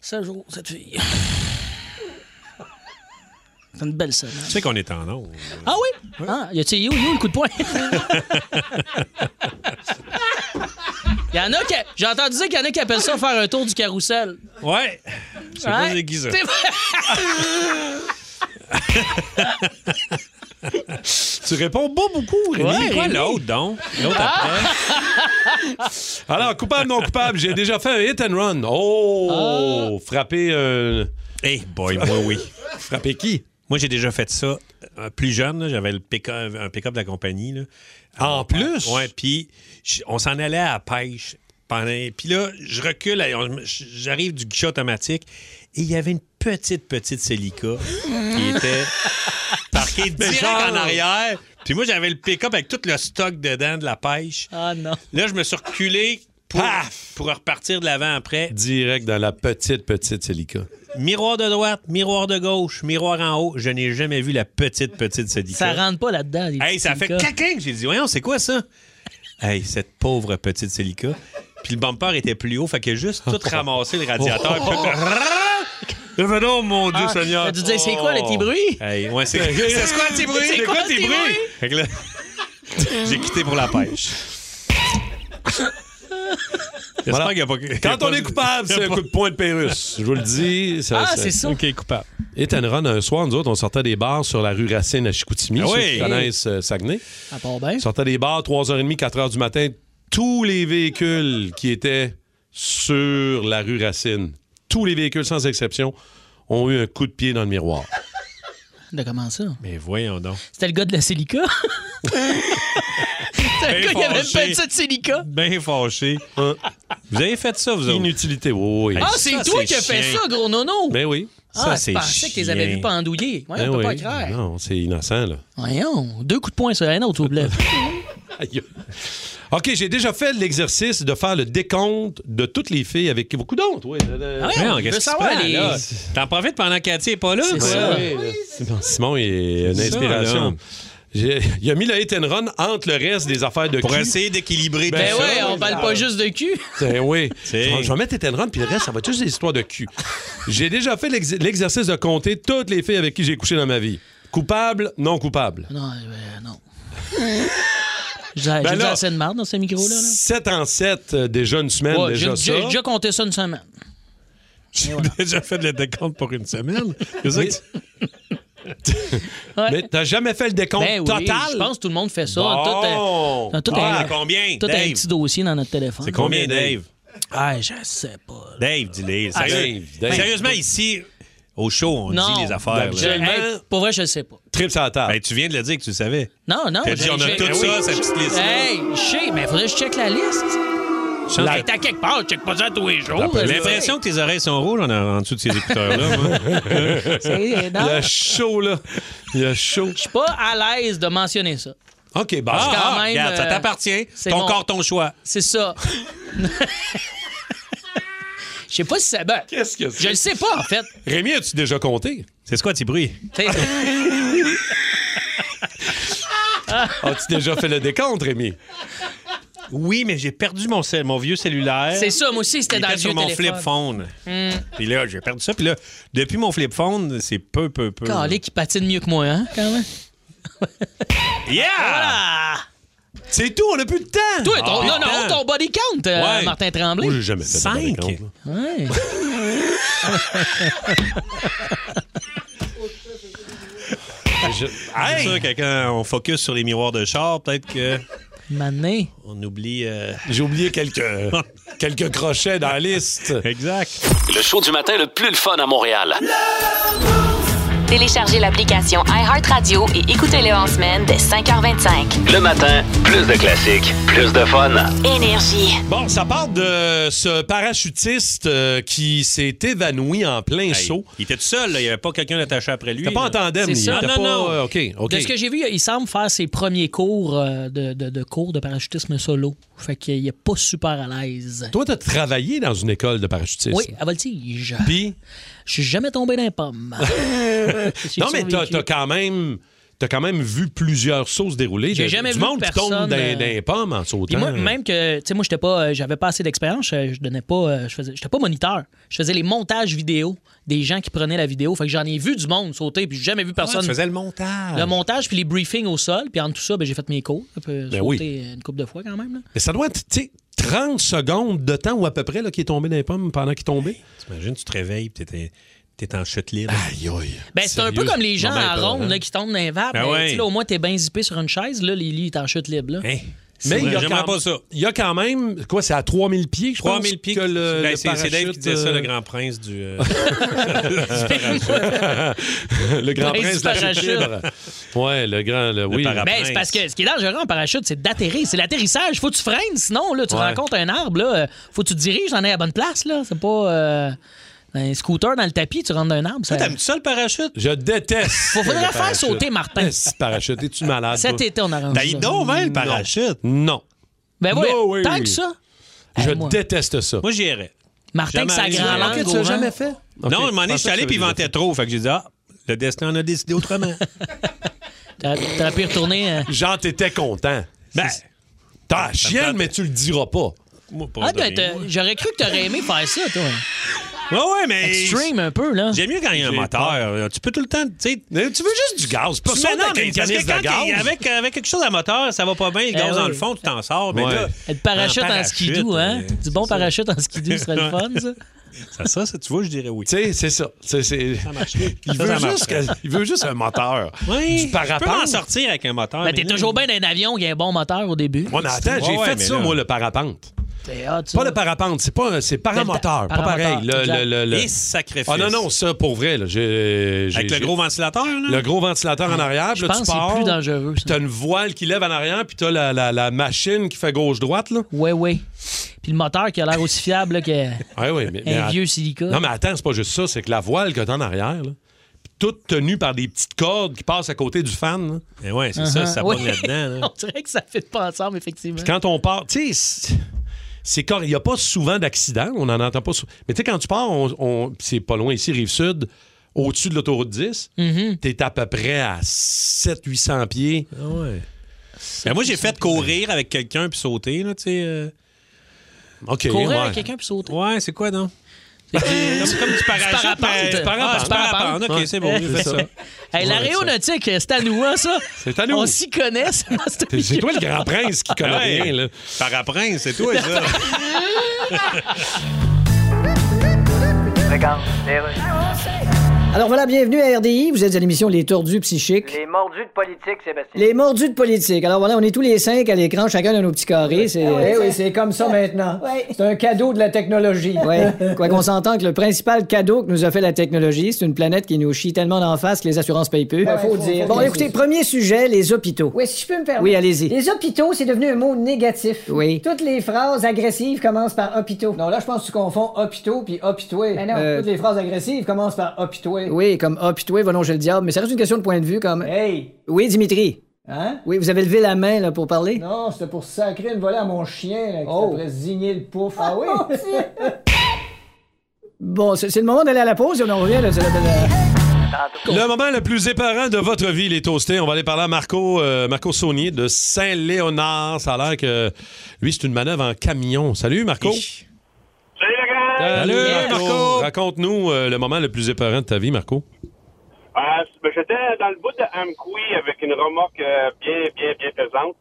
Ça joue, cette
<laughs>
fille. C'est une belle semaine.
Tu sais qu'on est en onde.
Ah oui? Ah, y a-tu yo, yo, le coup de
<laughs>
poing? y en a qui. J'ai entendu dire qu'il y en a qui appellent ça faire un tour du carrousel.
Ouais. Je sais pas
Ouais.
c'est qui ça.
C'est vrai.
Tu réponds pas beaucoup, Rémi.
Ouais, quoi l'autre, donc? L'autre
Ah!
après?
<laughs>
Alors, coupable, non coupable, j'ai déjà fait un hit and run.
Ah!
Oh! Frapper. Euh...
Hey, boy, moi, oui.
Frapper qui?
Moi, j'ai déjà fait ça euh, plus jeune. là, J'avais le pick un pick-up de la compagnie. là. Euh,
En plus?
Ouais, puis j- on s'en allait à la pêche. pendant- Puis là, je recule, et on- j- j'arrive du guichet automatique et il y avait une petite, petite Celica qui était
<laughs>
parquée direct
genre-
en arrière. Puis moi, j'avais le pick-up avec tout le stock dedans de la pêche.
Ah non.
Là, je me suis reculé pour, pour repartir de l'avant après.
Direct dans la petite, petite Celica.
Miroir de droite, miroir de gauche, miroir en haut. Je n'ai jamais vu la petite, petite Celica.
Ça rentre pas là-dedans. les
Hey,
petits
ça fait
Lucas.
claquin. J'ai dit, voyons, c'est quoi ça? Hey, cette pauvre petite Celica. Puis le bumper était plus haut, fait que juste tout ramasser le radiateur. puis <laughs> tout- Mais ben non, mon Dieu
Ah,
Seigneur.
t'as dû dire, c'est quoi, le petit bruit?
Hey, ouais, c'est
<laughs>
c'est quoi tes bruits?
C'est quoi, tes bruits?
Fait que là,
<laughs>
j'ai quitté pour la pêche. J'espère
Voilà.
qu'il y a pas- qu'il y a
Quand
pas-
on est coupable,
il y
c'est
a
un
pas-
coup de poing de Pérus. Je vous le dis.
Ah, c'est ça.
OK, coupable. Hit and run, un soir, nous autres, on sortait des bars sur la rue Racine à Chicoutimi,
Ah
ceux
oui.
qui connaissent euh, Saguenay.
Ça part bien.
On sortait des bars, 3h30, 4h du matin. Tous les véhicules qui étaient sur la rue Racine, tous les véhicules sans exception, ont eu un coup de pied dans le miroir.
De comment ça?
Mais voyons donc.
C'était le gars de la Célica? C'était le
Ben
gars qui avait une
fâché.
petite Célica?
Bien fâché. vous avez fait ça, vous autres?
Inutilité, oui, oui.
Ah, c'est
Ça,
toi
c'est
qui as fait
chien.
ça, gros nono!
Ben oui.
ah, je pensais que tu les avais vus pendouiller.
Ben
Voyons, on peut pas
Ben oui.
craindre.
Non, c'est innocent, là.
<laughs>
Voyons, deux coups de poing sur un autre, au bled.
Aïe. OK, j'ai déjà fait l'exercice de faire le décompte de toutes les filles avec qui. Beaucoup d'autres, oui.
Ah ouais, on veut
qu'est-ce qui se
savoir,
passe,
les-
là?
T'en profites pendant que Cathy n'est pas là.
C'est
quoi.
ça. Bon, Simon est une
C'est ça, là.
inspiration. J'ai- il a mis le hit and run entre le reste des affaires de
Pour
cul.
essayer d'équilibrer Ah.
Ben
Ben
ça,
ouais, on
oui,
parle
ça.
pas juste de cul.
Ben oui. Je vais je vais mettre hit and run, puis le reste, ça va être juste des histoires de cul. J'ai déjà fait l'ex- l'exercice de compter toutes les filles avec qui j'ai couché dans ma vie. Coupable, non coupable.
Non, ben non. J'ai
Ben
j'ai dit
Ben là-
assez de marde dans ce micro-là. là.
7 en euh, 7, déjà une
Ben,
semaine,
Ouais,
déjà
J'ai
ça.
j'ai déjà compté ça une semaine.
J'ai déjà fait le décompte pour une semaine.
Mais- <laughs> Mais t'as jamais fait le décompte
Ben oui,
total?
Je pense que tout le monde fait ça.
Bon.
Tout, euh, dans tout
Ah,
un,
à combien,
Tout
Dave?
un petit dossier dans notre téléphone.
C'est combien, Dave?
Ah, je sais pas.
Dave, dis-les.
Ah,
Sérieux-
Dave, Dave.
Sérieusement, ici, au show, on
non.
dit les affaires.
Absolument.
là.
Pour vrai, je le sais pas.
Trip Hein? sur la table.
Ben, tu viens de le dire que tu le savais.
Non, non.
T'as dit,
j'ai-
on a
j'ai-
tout
Ben
ça,
oui.
cette petite liste-là.
Hey, je sais, mais faudrait que je check la liste.
Chance
Hey,
que-
T'as quelque part, je check pas ça tous les jours.
J'ai
là.
l'impression que tes oreilles sont rouges en, en dessous de ces écouteurs-là. moi.
<laughs> C'est énorme.
Il y a chaud, là. Il y a chaud.
Je suis pas à l'aise de mentionner ça.
OK, bon.
Parce que quand
ah,
même,
regarde, ça
euh,
t'appartient.
c'est
Ton
mon-
corps, ton choix.
C'est ça. <laughs> Je sais pas si ça. Ben,
Qu'est-ce que
je le sais pas, en fait.
Rémi, as-tu déjà compté?
C'est quoi tes bruits?
T'sais,
<laughs> As-tu déjà fait le décompte, Rémi?
Oui, mais j'ai perdu mon, cell- mon vieux cellulaire.
C'est ça, moi aussi, c'était
Il
dans
était
le
sur
vieux
mon
téléphone.
flip
Hmm.
phone. Puis là, j'ai perdu ça. Puis là, depuis mon flip phone, c'est peu, peu, peu.
Calé qui patine mieux que moi, hein, quand même.
Yeah!
C'est tout, on n'a plus de temps.
Ah, Toi, ton,
Ah,
non, non,
putain.
ton body count, euh,
Ouais.
Martin Tremblay.
Moi, j'ai jamais fait de
Cinq.
body count, là.
Ouais.
Je... Hey! C'est sûr que quand on focus sur les miroirs de char, peut-être que
Mané.
on oublie. euh,
J'ai oublié
<laughs>
quelques, quelques crochets dans la liste.
Exact.
Le show du matin le plus le fun à Montréal.
Téléchargez l'application iHeartRadio et écoutez-le en semaine dès 5h25.
Le matin, plus de classiques, plus de fun.
<laughs>
Énergie.
Bon, ça part de ce parachutiste euh, qui s'est évanoui en plein saut.
Il était tout seul, là. il n'y avait pas quelqu'un attaché après lui.
T'as pas
là.
en tandem, il
C'est ça.
était
Non,
pas-
non.
euh, OK, OK.
De ce que j'ai vu, il semble faire ses premiers cours euh, de, de- de cours de parachutisme solo. Fait qu'il est pas super à l'aise.
Toi, t'as travaillé dans une école de parachutisme. <laughs>
Oui, à voltige.
Puis?
Je suis jamais tombé dans les
<laughs>
pommes. J'ai
non, mais t'as
survécu.
t'as quand même... T'as quand même vu plusieurs sauts se dérouler.
J'ai
De-
jamais
du
vu
monde qui tombe
personne,
dans,
euh,
dans les pommes en
Puis
sautant.
moi, même que, tu sais, moi, j'étais pas, euh, j'avais pas assez d'expérience, je, je donnais pas, euh, je faisais, j'étais pas moniteur. Je faisais les montages vidéo des gens qui prenaient la vidéo. Fait que j'en ai vu du monde sauter, puis j'ai jamais vu personne.
tu faisais le montage.
Le montage, puis les briefings au sol, puis en tout ça, ben, j'ai fait mes cours. Ça peut sauter
Ben oui.
euh, une couple de fois quand même. là.
Mais ça doit être, tu sais, 30 secondes de temps ou à peu près là, qui est tombé dans les pommes pendant qu'il tombait.
T'imagines, tu te réveilles et t'es, t'es en chute libre.
Aïe, aïe.
Ben, c'est un peu
Sérieux,
comme les gens
c'est pas
à
bien
ronde
peur, hein?
là, qui tombent dans les vapes.
Ben
Ben,
ouais.
tu sais, là, au moins, t'es bien zippé sur une chaise. Là, Lily est en chute libre. Là.
Hein?
Mais
C'est
il y,
vrai,
a
j'aimerais
quand,
pas ça.
il y a quand même, quoi, c'est à 3000 pieds, je pense,
3000 pieds.
que le,
Ben,
le
c'est, c'est Dave qui
parachute,
disait ça,
euh, <laughs>
le grand prince du. euh,
le grand
Prince
prince de la chute
parachute.
libre. Ouais, le grand, le, oui.
Ben, c'est parce que ce qui est dangereux en parachute, c'est d'atterrir. C'est l'atterrissage. Faut que tu freines, sinon, là, tu
Ouais.
rencontres un arbre, là. euh, Faut que tu te diriges, en es à la bonne place, là. C'est pas euh, un scooter dans le tapis, tu rentres d'un arbre. Ça...
T'aimes-tu ça, le parachute?
Je déteste.
Faut- faudrait
le
faire
parachute.
sauter Martin.
<laughs> Eh, si, parachute, es-tu malade?
Cet
toi?
été, on arrange
T'as
ça.
donc, même, hein, le parachute.
Non.
Ben ouais,
No way.
tant que ça.
Je
Eh, moi.
déteste ça.
Moi, j'irais.
Martin, que
Jamais
sa
allé.
grand langue.
Ok, tu
au
l'as
vent. Ah,
jamais
fait?
Non, à un moment donné, je suis allé puis il ventait trop. Fait que j'ai dit, ah, le destin en a décidé autrement.
<laughs> T'aurais t'aurais pu retourner. euh,
Genre, t'étais content. Ben, t'as la chienne, mais tu le diras pas.
Moi, pas
Ah, t'as-
donné,
t'as-
moi.
j'aurais cru que t'aurais aimé faire ça, toi.
Ouais, ouais, mais.
Extreme un peu, là.
J'aime mieux quand il y a un
J'ai
moteur. Tu peux tout le temps. Tu sais,
Mais tu veux juste du gaz, pas
tu
ça
mets- non,
avec
mais
une
parce que
canisse de
quand t'es
gaz.
avec, avec quelque chose à moteur, ça va pas bien, le gaz
Eh oui.
dans le fond, tu t'en sors. Mais
Ouais.
là,
Le parachute en,
parachute,
skidoo, hein?
euh,
Du bon parachute en skidoo, ce
<laughs>
serait le fun, ça.
ça, ça, ça, tu vois, je dirais oui.
Tu sais, c'est ça. C'est- c'est-
Ça marcherait.
Il,
Ça,
veut
ça
juste
marcherait.
que- il veut juste un moteur.
Oui,
Du
tu peux en
parapente.
sortir avec un moteur.
Ben, t'es
mais-
toujours bien dans un avion, il y a un bon moteur au début.
On attend, j'ai
Ouais, ouais,
fait
mais
ça,
là-
moi, le parapente.
C'est hot, ça.
Pas le parapente, c'est pas un- c'est paramoteur, pas
paramoteur,
pareil. Le,
exact.
le- le- le-
Et sacrifice.
Ah non, non, ça, pour vrai, là, j'ai- j'ai-
Avec le
j'ai-
gros ventilateur, là.
le gros ventilateur en arrière, puis
Je
là,
pense
tu
que c'est
pars,
plus dangereux,
puis
ça.
t'as une voile qui lève en arrière, puis t'as la, la, la machine qui fait gauche-droite, là.
Ouais, ouais. Puis le moteur qui a l'air aussi fiable là, que.
Ouais, ouais, mais, mais
Un
att-
vieux silicone.
Non, mais attends, c'est pas juste ça, c'est que la voile que t'as en arrière, là, puis toutes tenues par des petites cordes qui passent à côté du fan.
Mais ouais, <laughs>
Uh-huh.
c'est ça, ça pogne
<laughs>
là-dedans. là.
On dirait que ça ne fit pas ensemble, effectivement.
Puis quand on part, tu sais, c'est- c'est correct. Il n'y a pas souvent d'accidents, on n'en entend pas. sou- Mais tu sais, quand tu pars, on, on- c'est pas loin ici, Rive-Sud, au-dessus de l'autoroute 10, t'es à peu près à 700-800 pieds.
Ben, moi, j'ai fait courir avec quelqu'un puis sauter, là, tu sais. euh.
OK.
Courir
ouais.
avec quelqu'un puis sauter.
Ouais, c'est quoi, non?
<laughs>
comme, comme du parachute. euh, du parapente.
Ah, du parapente.
Ok, c'est bon, j'ai fait ça.
Hey, L'aéronautique, c'est à nous, hein, ça?
C'est à nous.
On s'y connaît, c'est dans cette
C'est toi le
émission-là.
grand prince qui connaît
Ouais.
rien, là.
Paraprince, c'est toi, ça.
Regarde, les
Alors voilà, bienvenue à RDI. Vous êtes à l'émission Les Tordus Psychiques.
Les mordus de politique, Sébastien.
Les mordus de politique. Alors voilà, on est tous les cinq à l'écran, chacun dans nos petits carrés. C'est
Eh oui, c'est
comme ça maintenant.
C'est un cadeau de la technologie.
Ouais. Quoi qu'on s'entende que le principal cadeau que nous a fait la technologie, c'est une planète qui nous chie tellement d'en face que les assurances payent peu.
Ouais, faut dire.
Bon, écoutez, premier sujet, les hôpitaux.
Oui, si je peux me permettre.
Oui, allez-y.
Les hôpitaux, c'est devenu un mot négatif.
Oui.
Toutes les phrases agressives commencent par hôpitaux. Non, là, je pense que tu confonds hôpitaux puis hôpitoué. Mais non,
Euh,
toutes les phrases agressives commencent par hôpitoué.
Oui, comme ah, puis toi, va longer le diable, mais ça reste une question de point de vue comme.
Hey!
Oui, Dimitri.
Hein?
Oui, vous avez levé la main là, pour parler? Oh.
Non, c'était pour sacrer une volée à mon chien, là, qui pourrait zigner le pouf.
<laughs>
Ah oui?
Bon, c'est c'est le moment d'aller à la pause et on en revient. Là, c'est la-
Le moment le plus éparant de votre vie, les toastés. On va aller parler à Marco, euh, Marco Saunier de Saint-Léonard. Ça a l'air que lui, c'est une manœuvre en camion. Salut, Marco. Salut, Marco. Raconte-nous euh, le moment le plus éparant de ta vie, Marco.
Ah, c'est- ben, J'étais dans le bout de Amqui avec une remorque euh, bien, bien, bien pesante.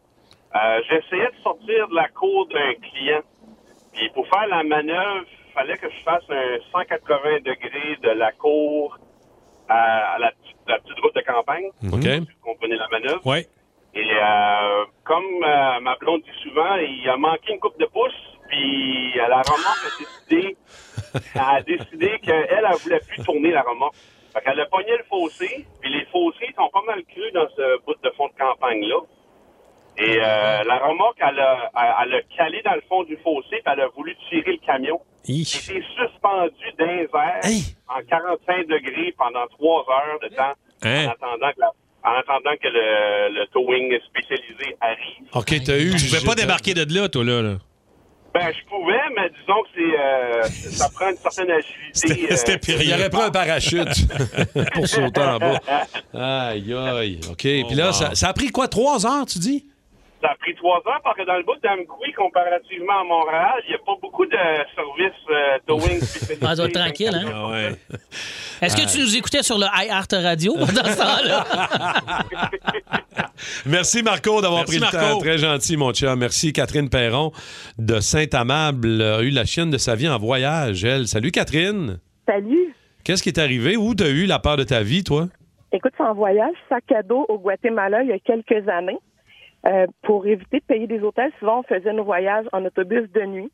Euh, J'essayais de sortir de la cour d'un client. Puis pour faire la manœuvre, fallait que je fasse un 180 degrés de la cour à, à la, petite- la petite route de campagne.
OK.
Vous comprenez la manœuvre?
Ouais.
Et euh, comme euh, ma blonde dit souvent, il a manqué une coupe de pouce, puis euh, la remorque a décidé, a décidé qu'elle, elle ne voulait plus tourner la remorque. Fait qu'elle a pogné le fossé, puis les fossés sont pas mal crus dans ce bout de fond de campagne-là. Et euh, la remorque, elle a, elle- elle a calé dans le fond du fossé, puis elle a voulu tirer le camion.
Il
était suspendu d'un verre en 45 degrés pendant trois heures de temps,
Hein?
en attendant que la- en attendant que le, le towing spécialisé arrive.
OK, t'as eu.
Je vais pas débarquer de là, toi, là. là.
Ben, je pouvais, mais disons que c'est, euh, ça prend une certaine agilité. euh,
c'était pire.
Il aurait pris un parachute <laughs> pour sauter en bas. Aïe, aïe. OK. Puis là,
wow.
ça, ça a pris quoi, trois heures, <laughs> tu dis?
Ça a pris trois heures parce que dans le bout d'Amqui, comparativement à Montréal, il n'y a pas beaucoup de services euh, towing spécialisés.
Ah, ça va être tranquille, hein? Est-ce que tu nous écoutais sur le iHeart Radio pendant ce temps-là?
<laughs> Merci Marco d'avoir pris
Merci,
le
Marco.
temps. Très gentil, mon chum. Merci. Catherine Perron de Saint-Amable a eu la chienne de sa vie en voyage, elle. Salut Catherine.
Salut.
Qu'est-ce qui est arrivé? Où t'as eu la peur de ta vie, toi?
Écoute, c'est en voyage, sac à dos au Guatemala il y a quelques années. Euh, pour éviter de payer des hôtels, souvent on faisait nos voyages en autobus de nuit.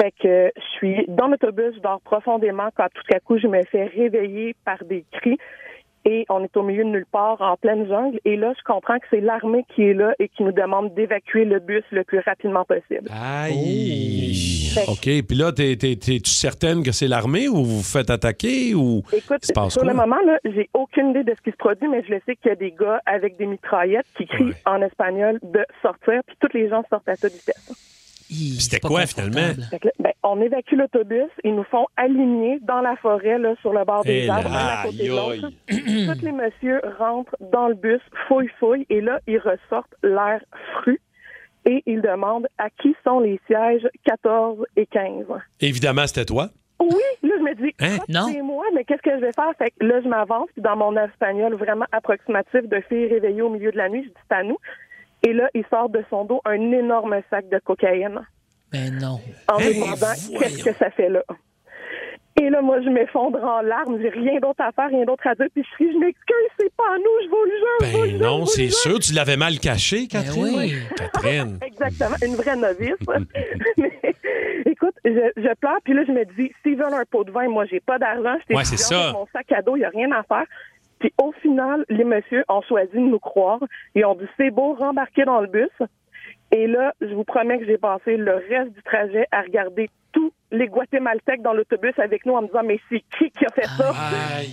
Fait que je suis dans l'autobus, je dors profondément quand tout à coup je me fais réveiller par des cris et on est au milieu de nulle part en pleine jungle et là je comprends que c'est l'armée qui est là et qui nous demande d'évacuer le bus le plus rapidement possible.
Aïe.
Fait que-
OK. Puis là, t'es, t'es- t'es-tu certaine que c'est l'armée ou vous vous faites attaquer ou.
Écoute,
il se passe
sur
quoi?
le moment, là, j'ai aucune idée de ce qui se produit, mais je le sais qu'il y a des gars avec des mitraillettes qui crient en espagnol de sortir, puis toutes les gens sortent à toute vitesse.
C'était quoi, finalement?
Fait que là, ben, on évacue l'autobus, ils nous font aligner dans la forêt, là, sur le bord
Eh
des
là,
arbres, l'un à côté de
aïe,
l'autre. Tous les messieurs rentrent dans le bus, fouillent, fouillent, et là, ils ressortent l'air fru, et ils demandent à qui sont les sièges 14 et 15.
Évidemment, c'était toi.
Oui, là, je me dis,
Hein?
crotte,
Non.
c'est moi, mais qu'est-ce que je vais faire? Fait que là, je m'avance, puis dans mon espagnol vraiment approximatif de fille réveillée au milieu de la nuit, je dis, c'est à nous. Et là, il sort de son dos un énorme sac de cocaïne
Mais Ben non.
en me demandant qu'est-ce que ça fait là. Et là, moi, je m'effondre en larmes, j'ai rien d'autre à faire, rien d'autre à dire, puis je crie, je m'excuse, c'est pas à nous, je vous le jure, je vous le
Ben
jure.
non, c'est sûr, tu l'avais mal caché, Catherine. Catherine.
Mm.
Exactement, une vraie novice.
<laughs>
<laughs> Mais, écoute, je, je pleure, puis là, je me dis, s'ils veulent un pot de vin, moi, j'ai pas d'argent, j'étais
Ouais, c'est
étudiante
ça.
avec mon sac à dos, il n'y a rien à faire. Puis au final, les messieurs ont choisi de nous croire. Ils ont dit, c'est beau, rembarquer dans le bus. Et là, je vous promets que j'ai passé le reste du trajet à regarder tous les Guatémaltèques dans l'autobus avec nous en me disant Mais c'est qui qui a fait ça?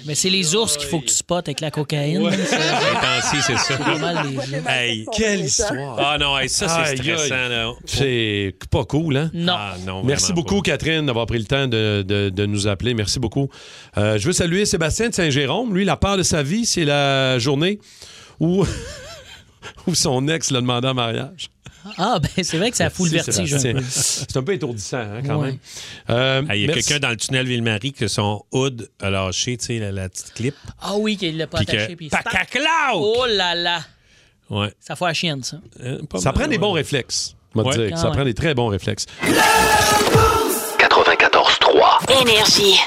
Mais c'est les ours qu'il faut que tu spottes avec la cocaïne. C'est-
Ah,
Intensi, c'est ça.
C'est pas mal, les gens.
Hey,
Quelle histoire.
Ah non, hey, ça, c'est
Aïe,
stressant.
aïe.
Là.
C'est pas cool, hein?
Non.
Merci beaucoup, Catherine, d'avoir pris le temps de, de- de nous appeler. Merci beaucoup. Euh, je veux saluer Sébastien de Saint-Jérôme. Lui, la part de sa vie, c'est la journée où, <laughs> où son ex l'a demandé en mariage.
Ah, ben c'est vrai que ça fout le
Merci,
vertige un
Sébastien.
peu. <laughs>
C'est un peu étourdissant, hein, quand
Ouais.
même. Euh,
Hey, Il y a
merci.
quelqu'un dans le tunnel Ville-Marie que son hood a lâché, tu sais, la, la petite clip.
Ah oui, qu'il l'a pas
Puis que-
attaché. Puis
Pac-
stac. Oh là là.
Ouais.
Ça fout la chienne, ça.
Ça prend des bons réflexes. on va te
Ouais.
dire.
Ah
Ça
ouais.
prend des très bons réflexes.
Énergie.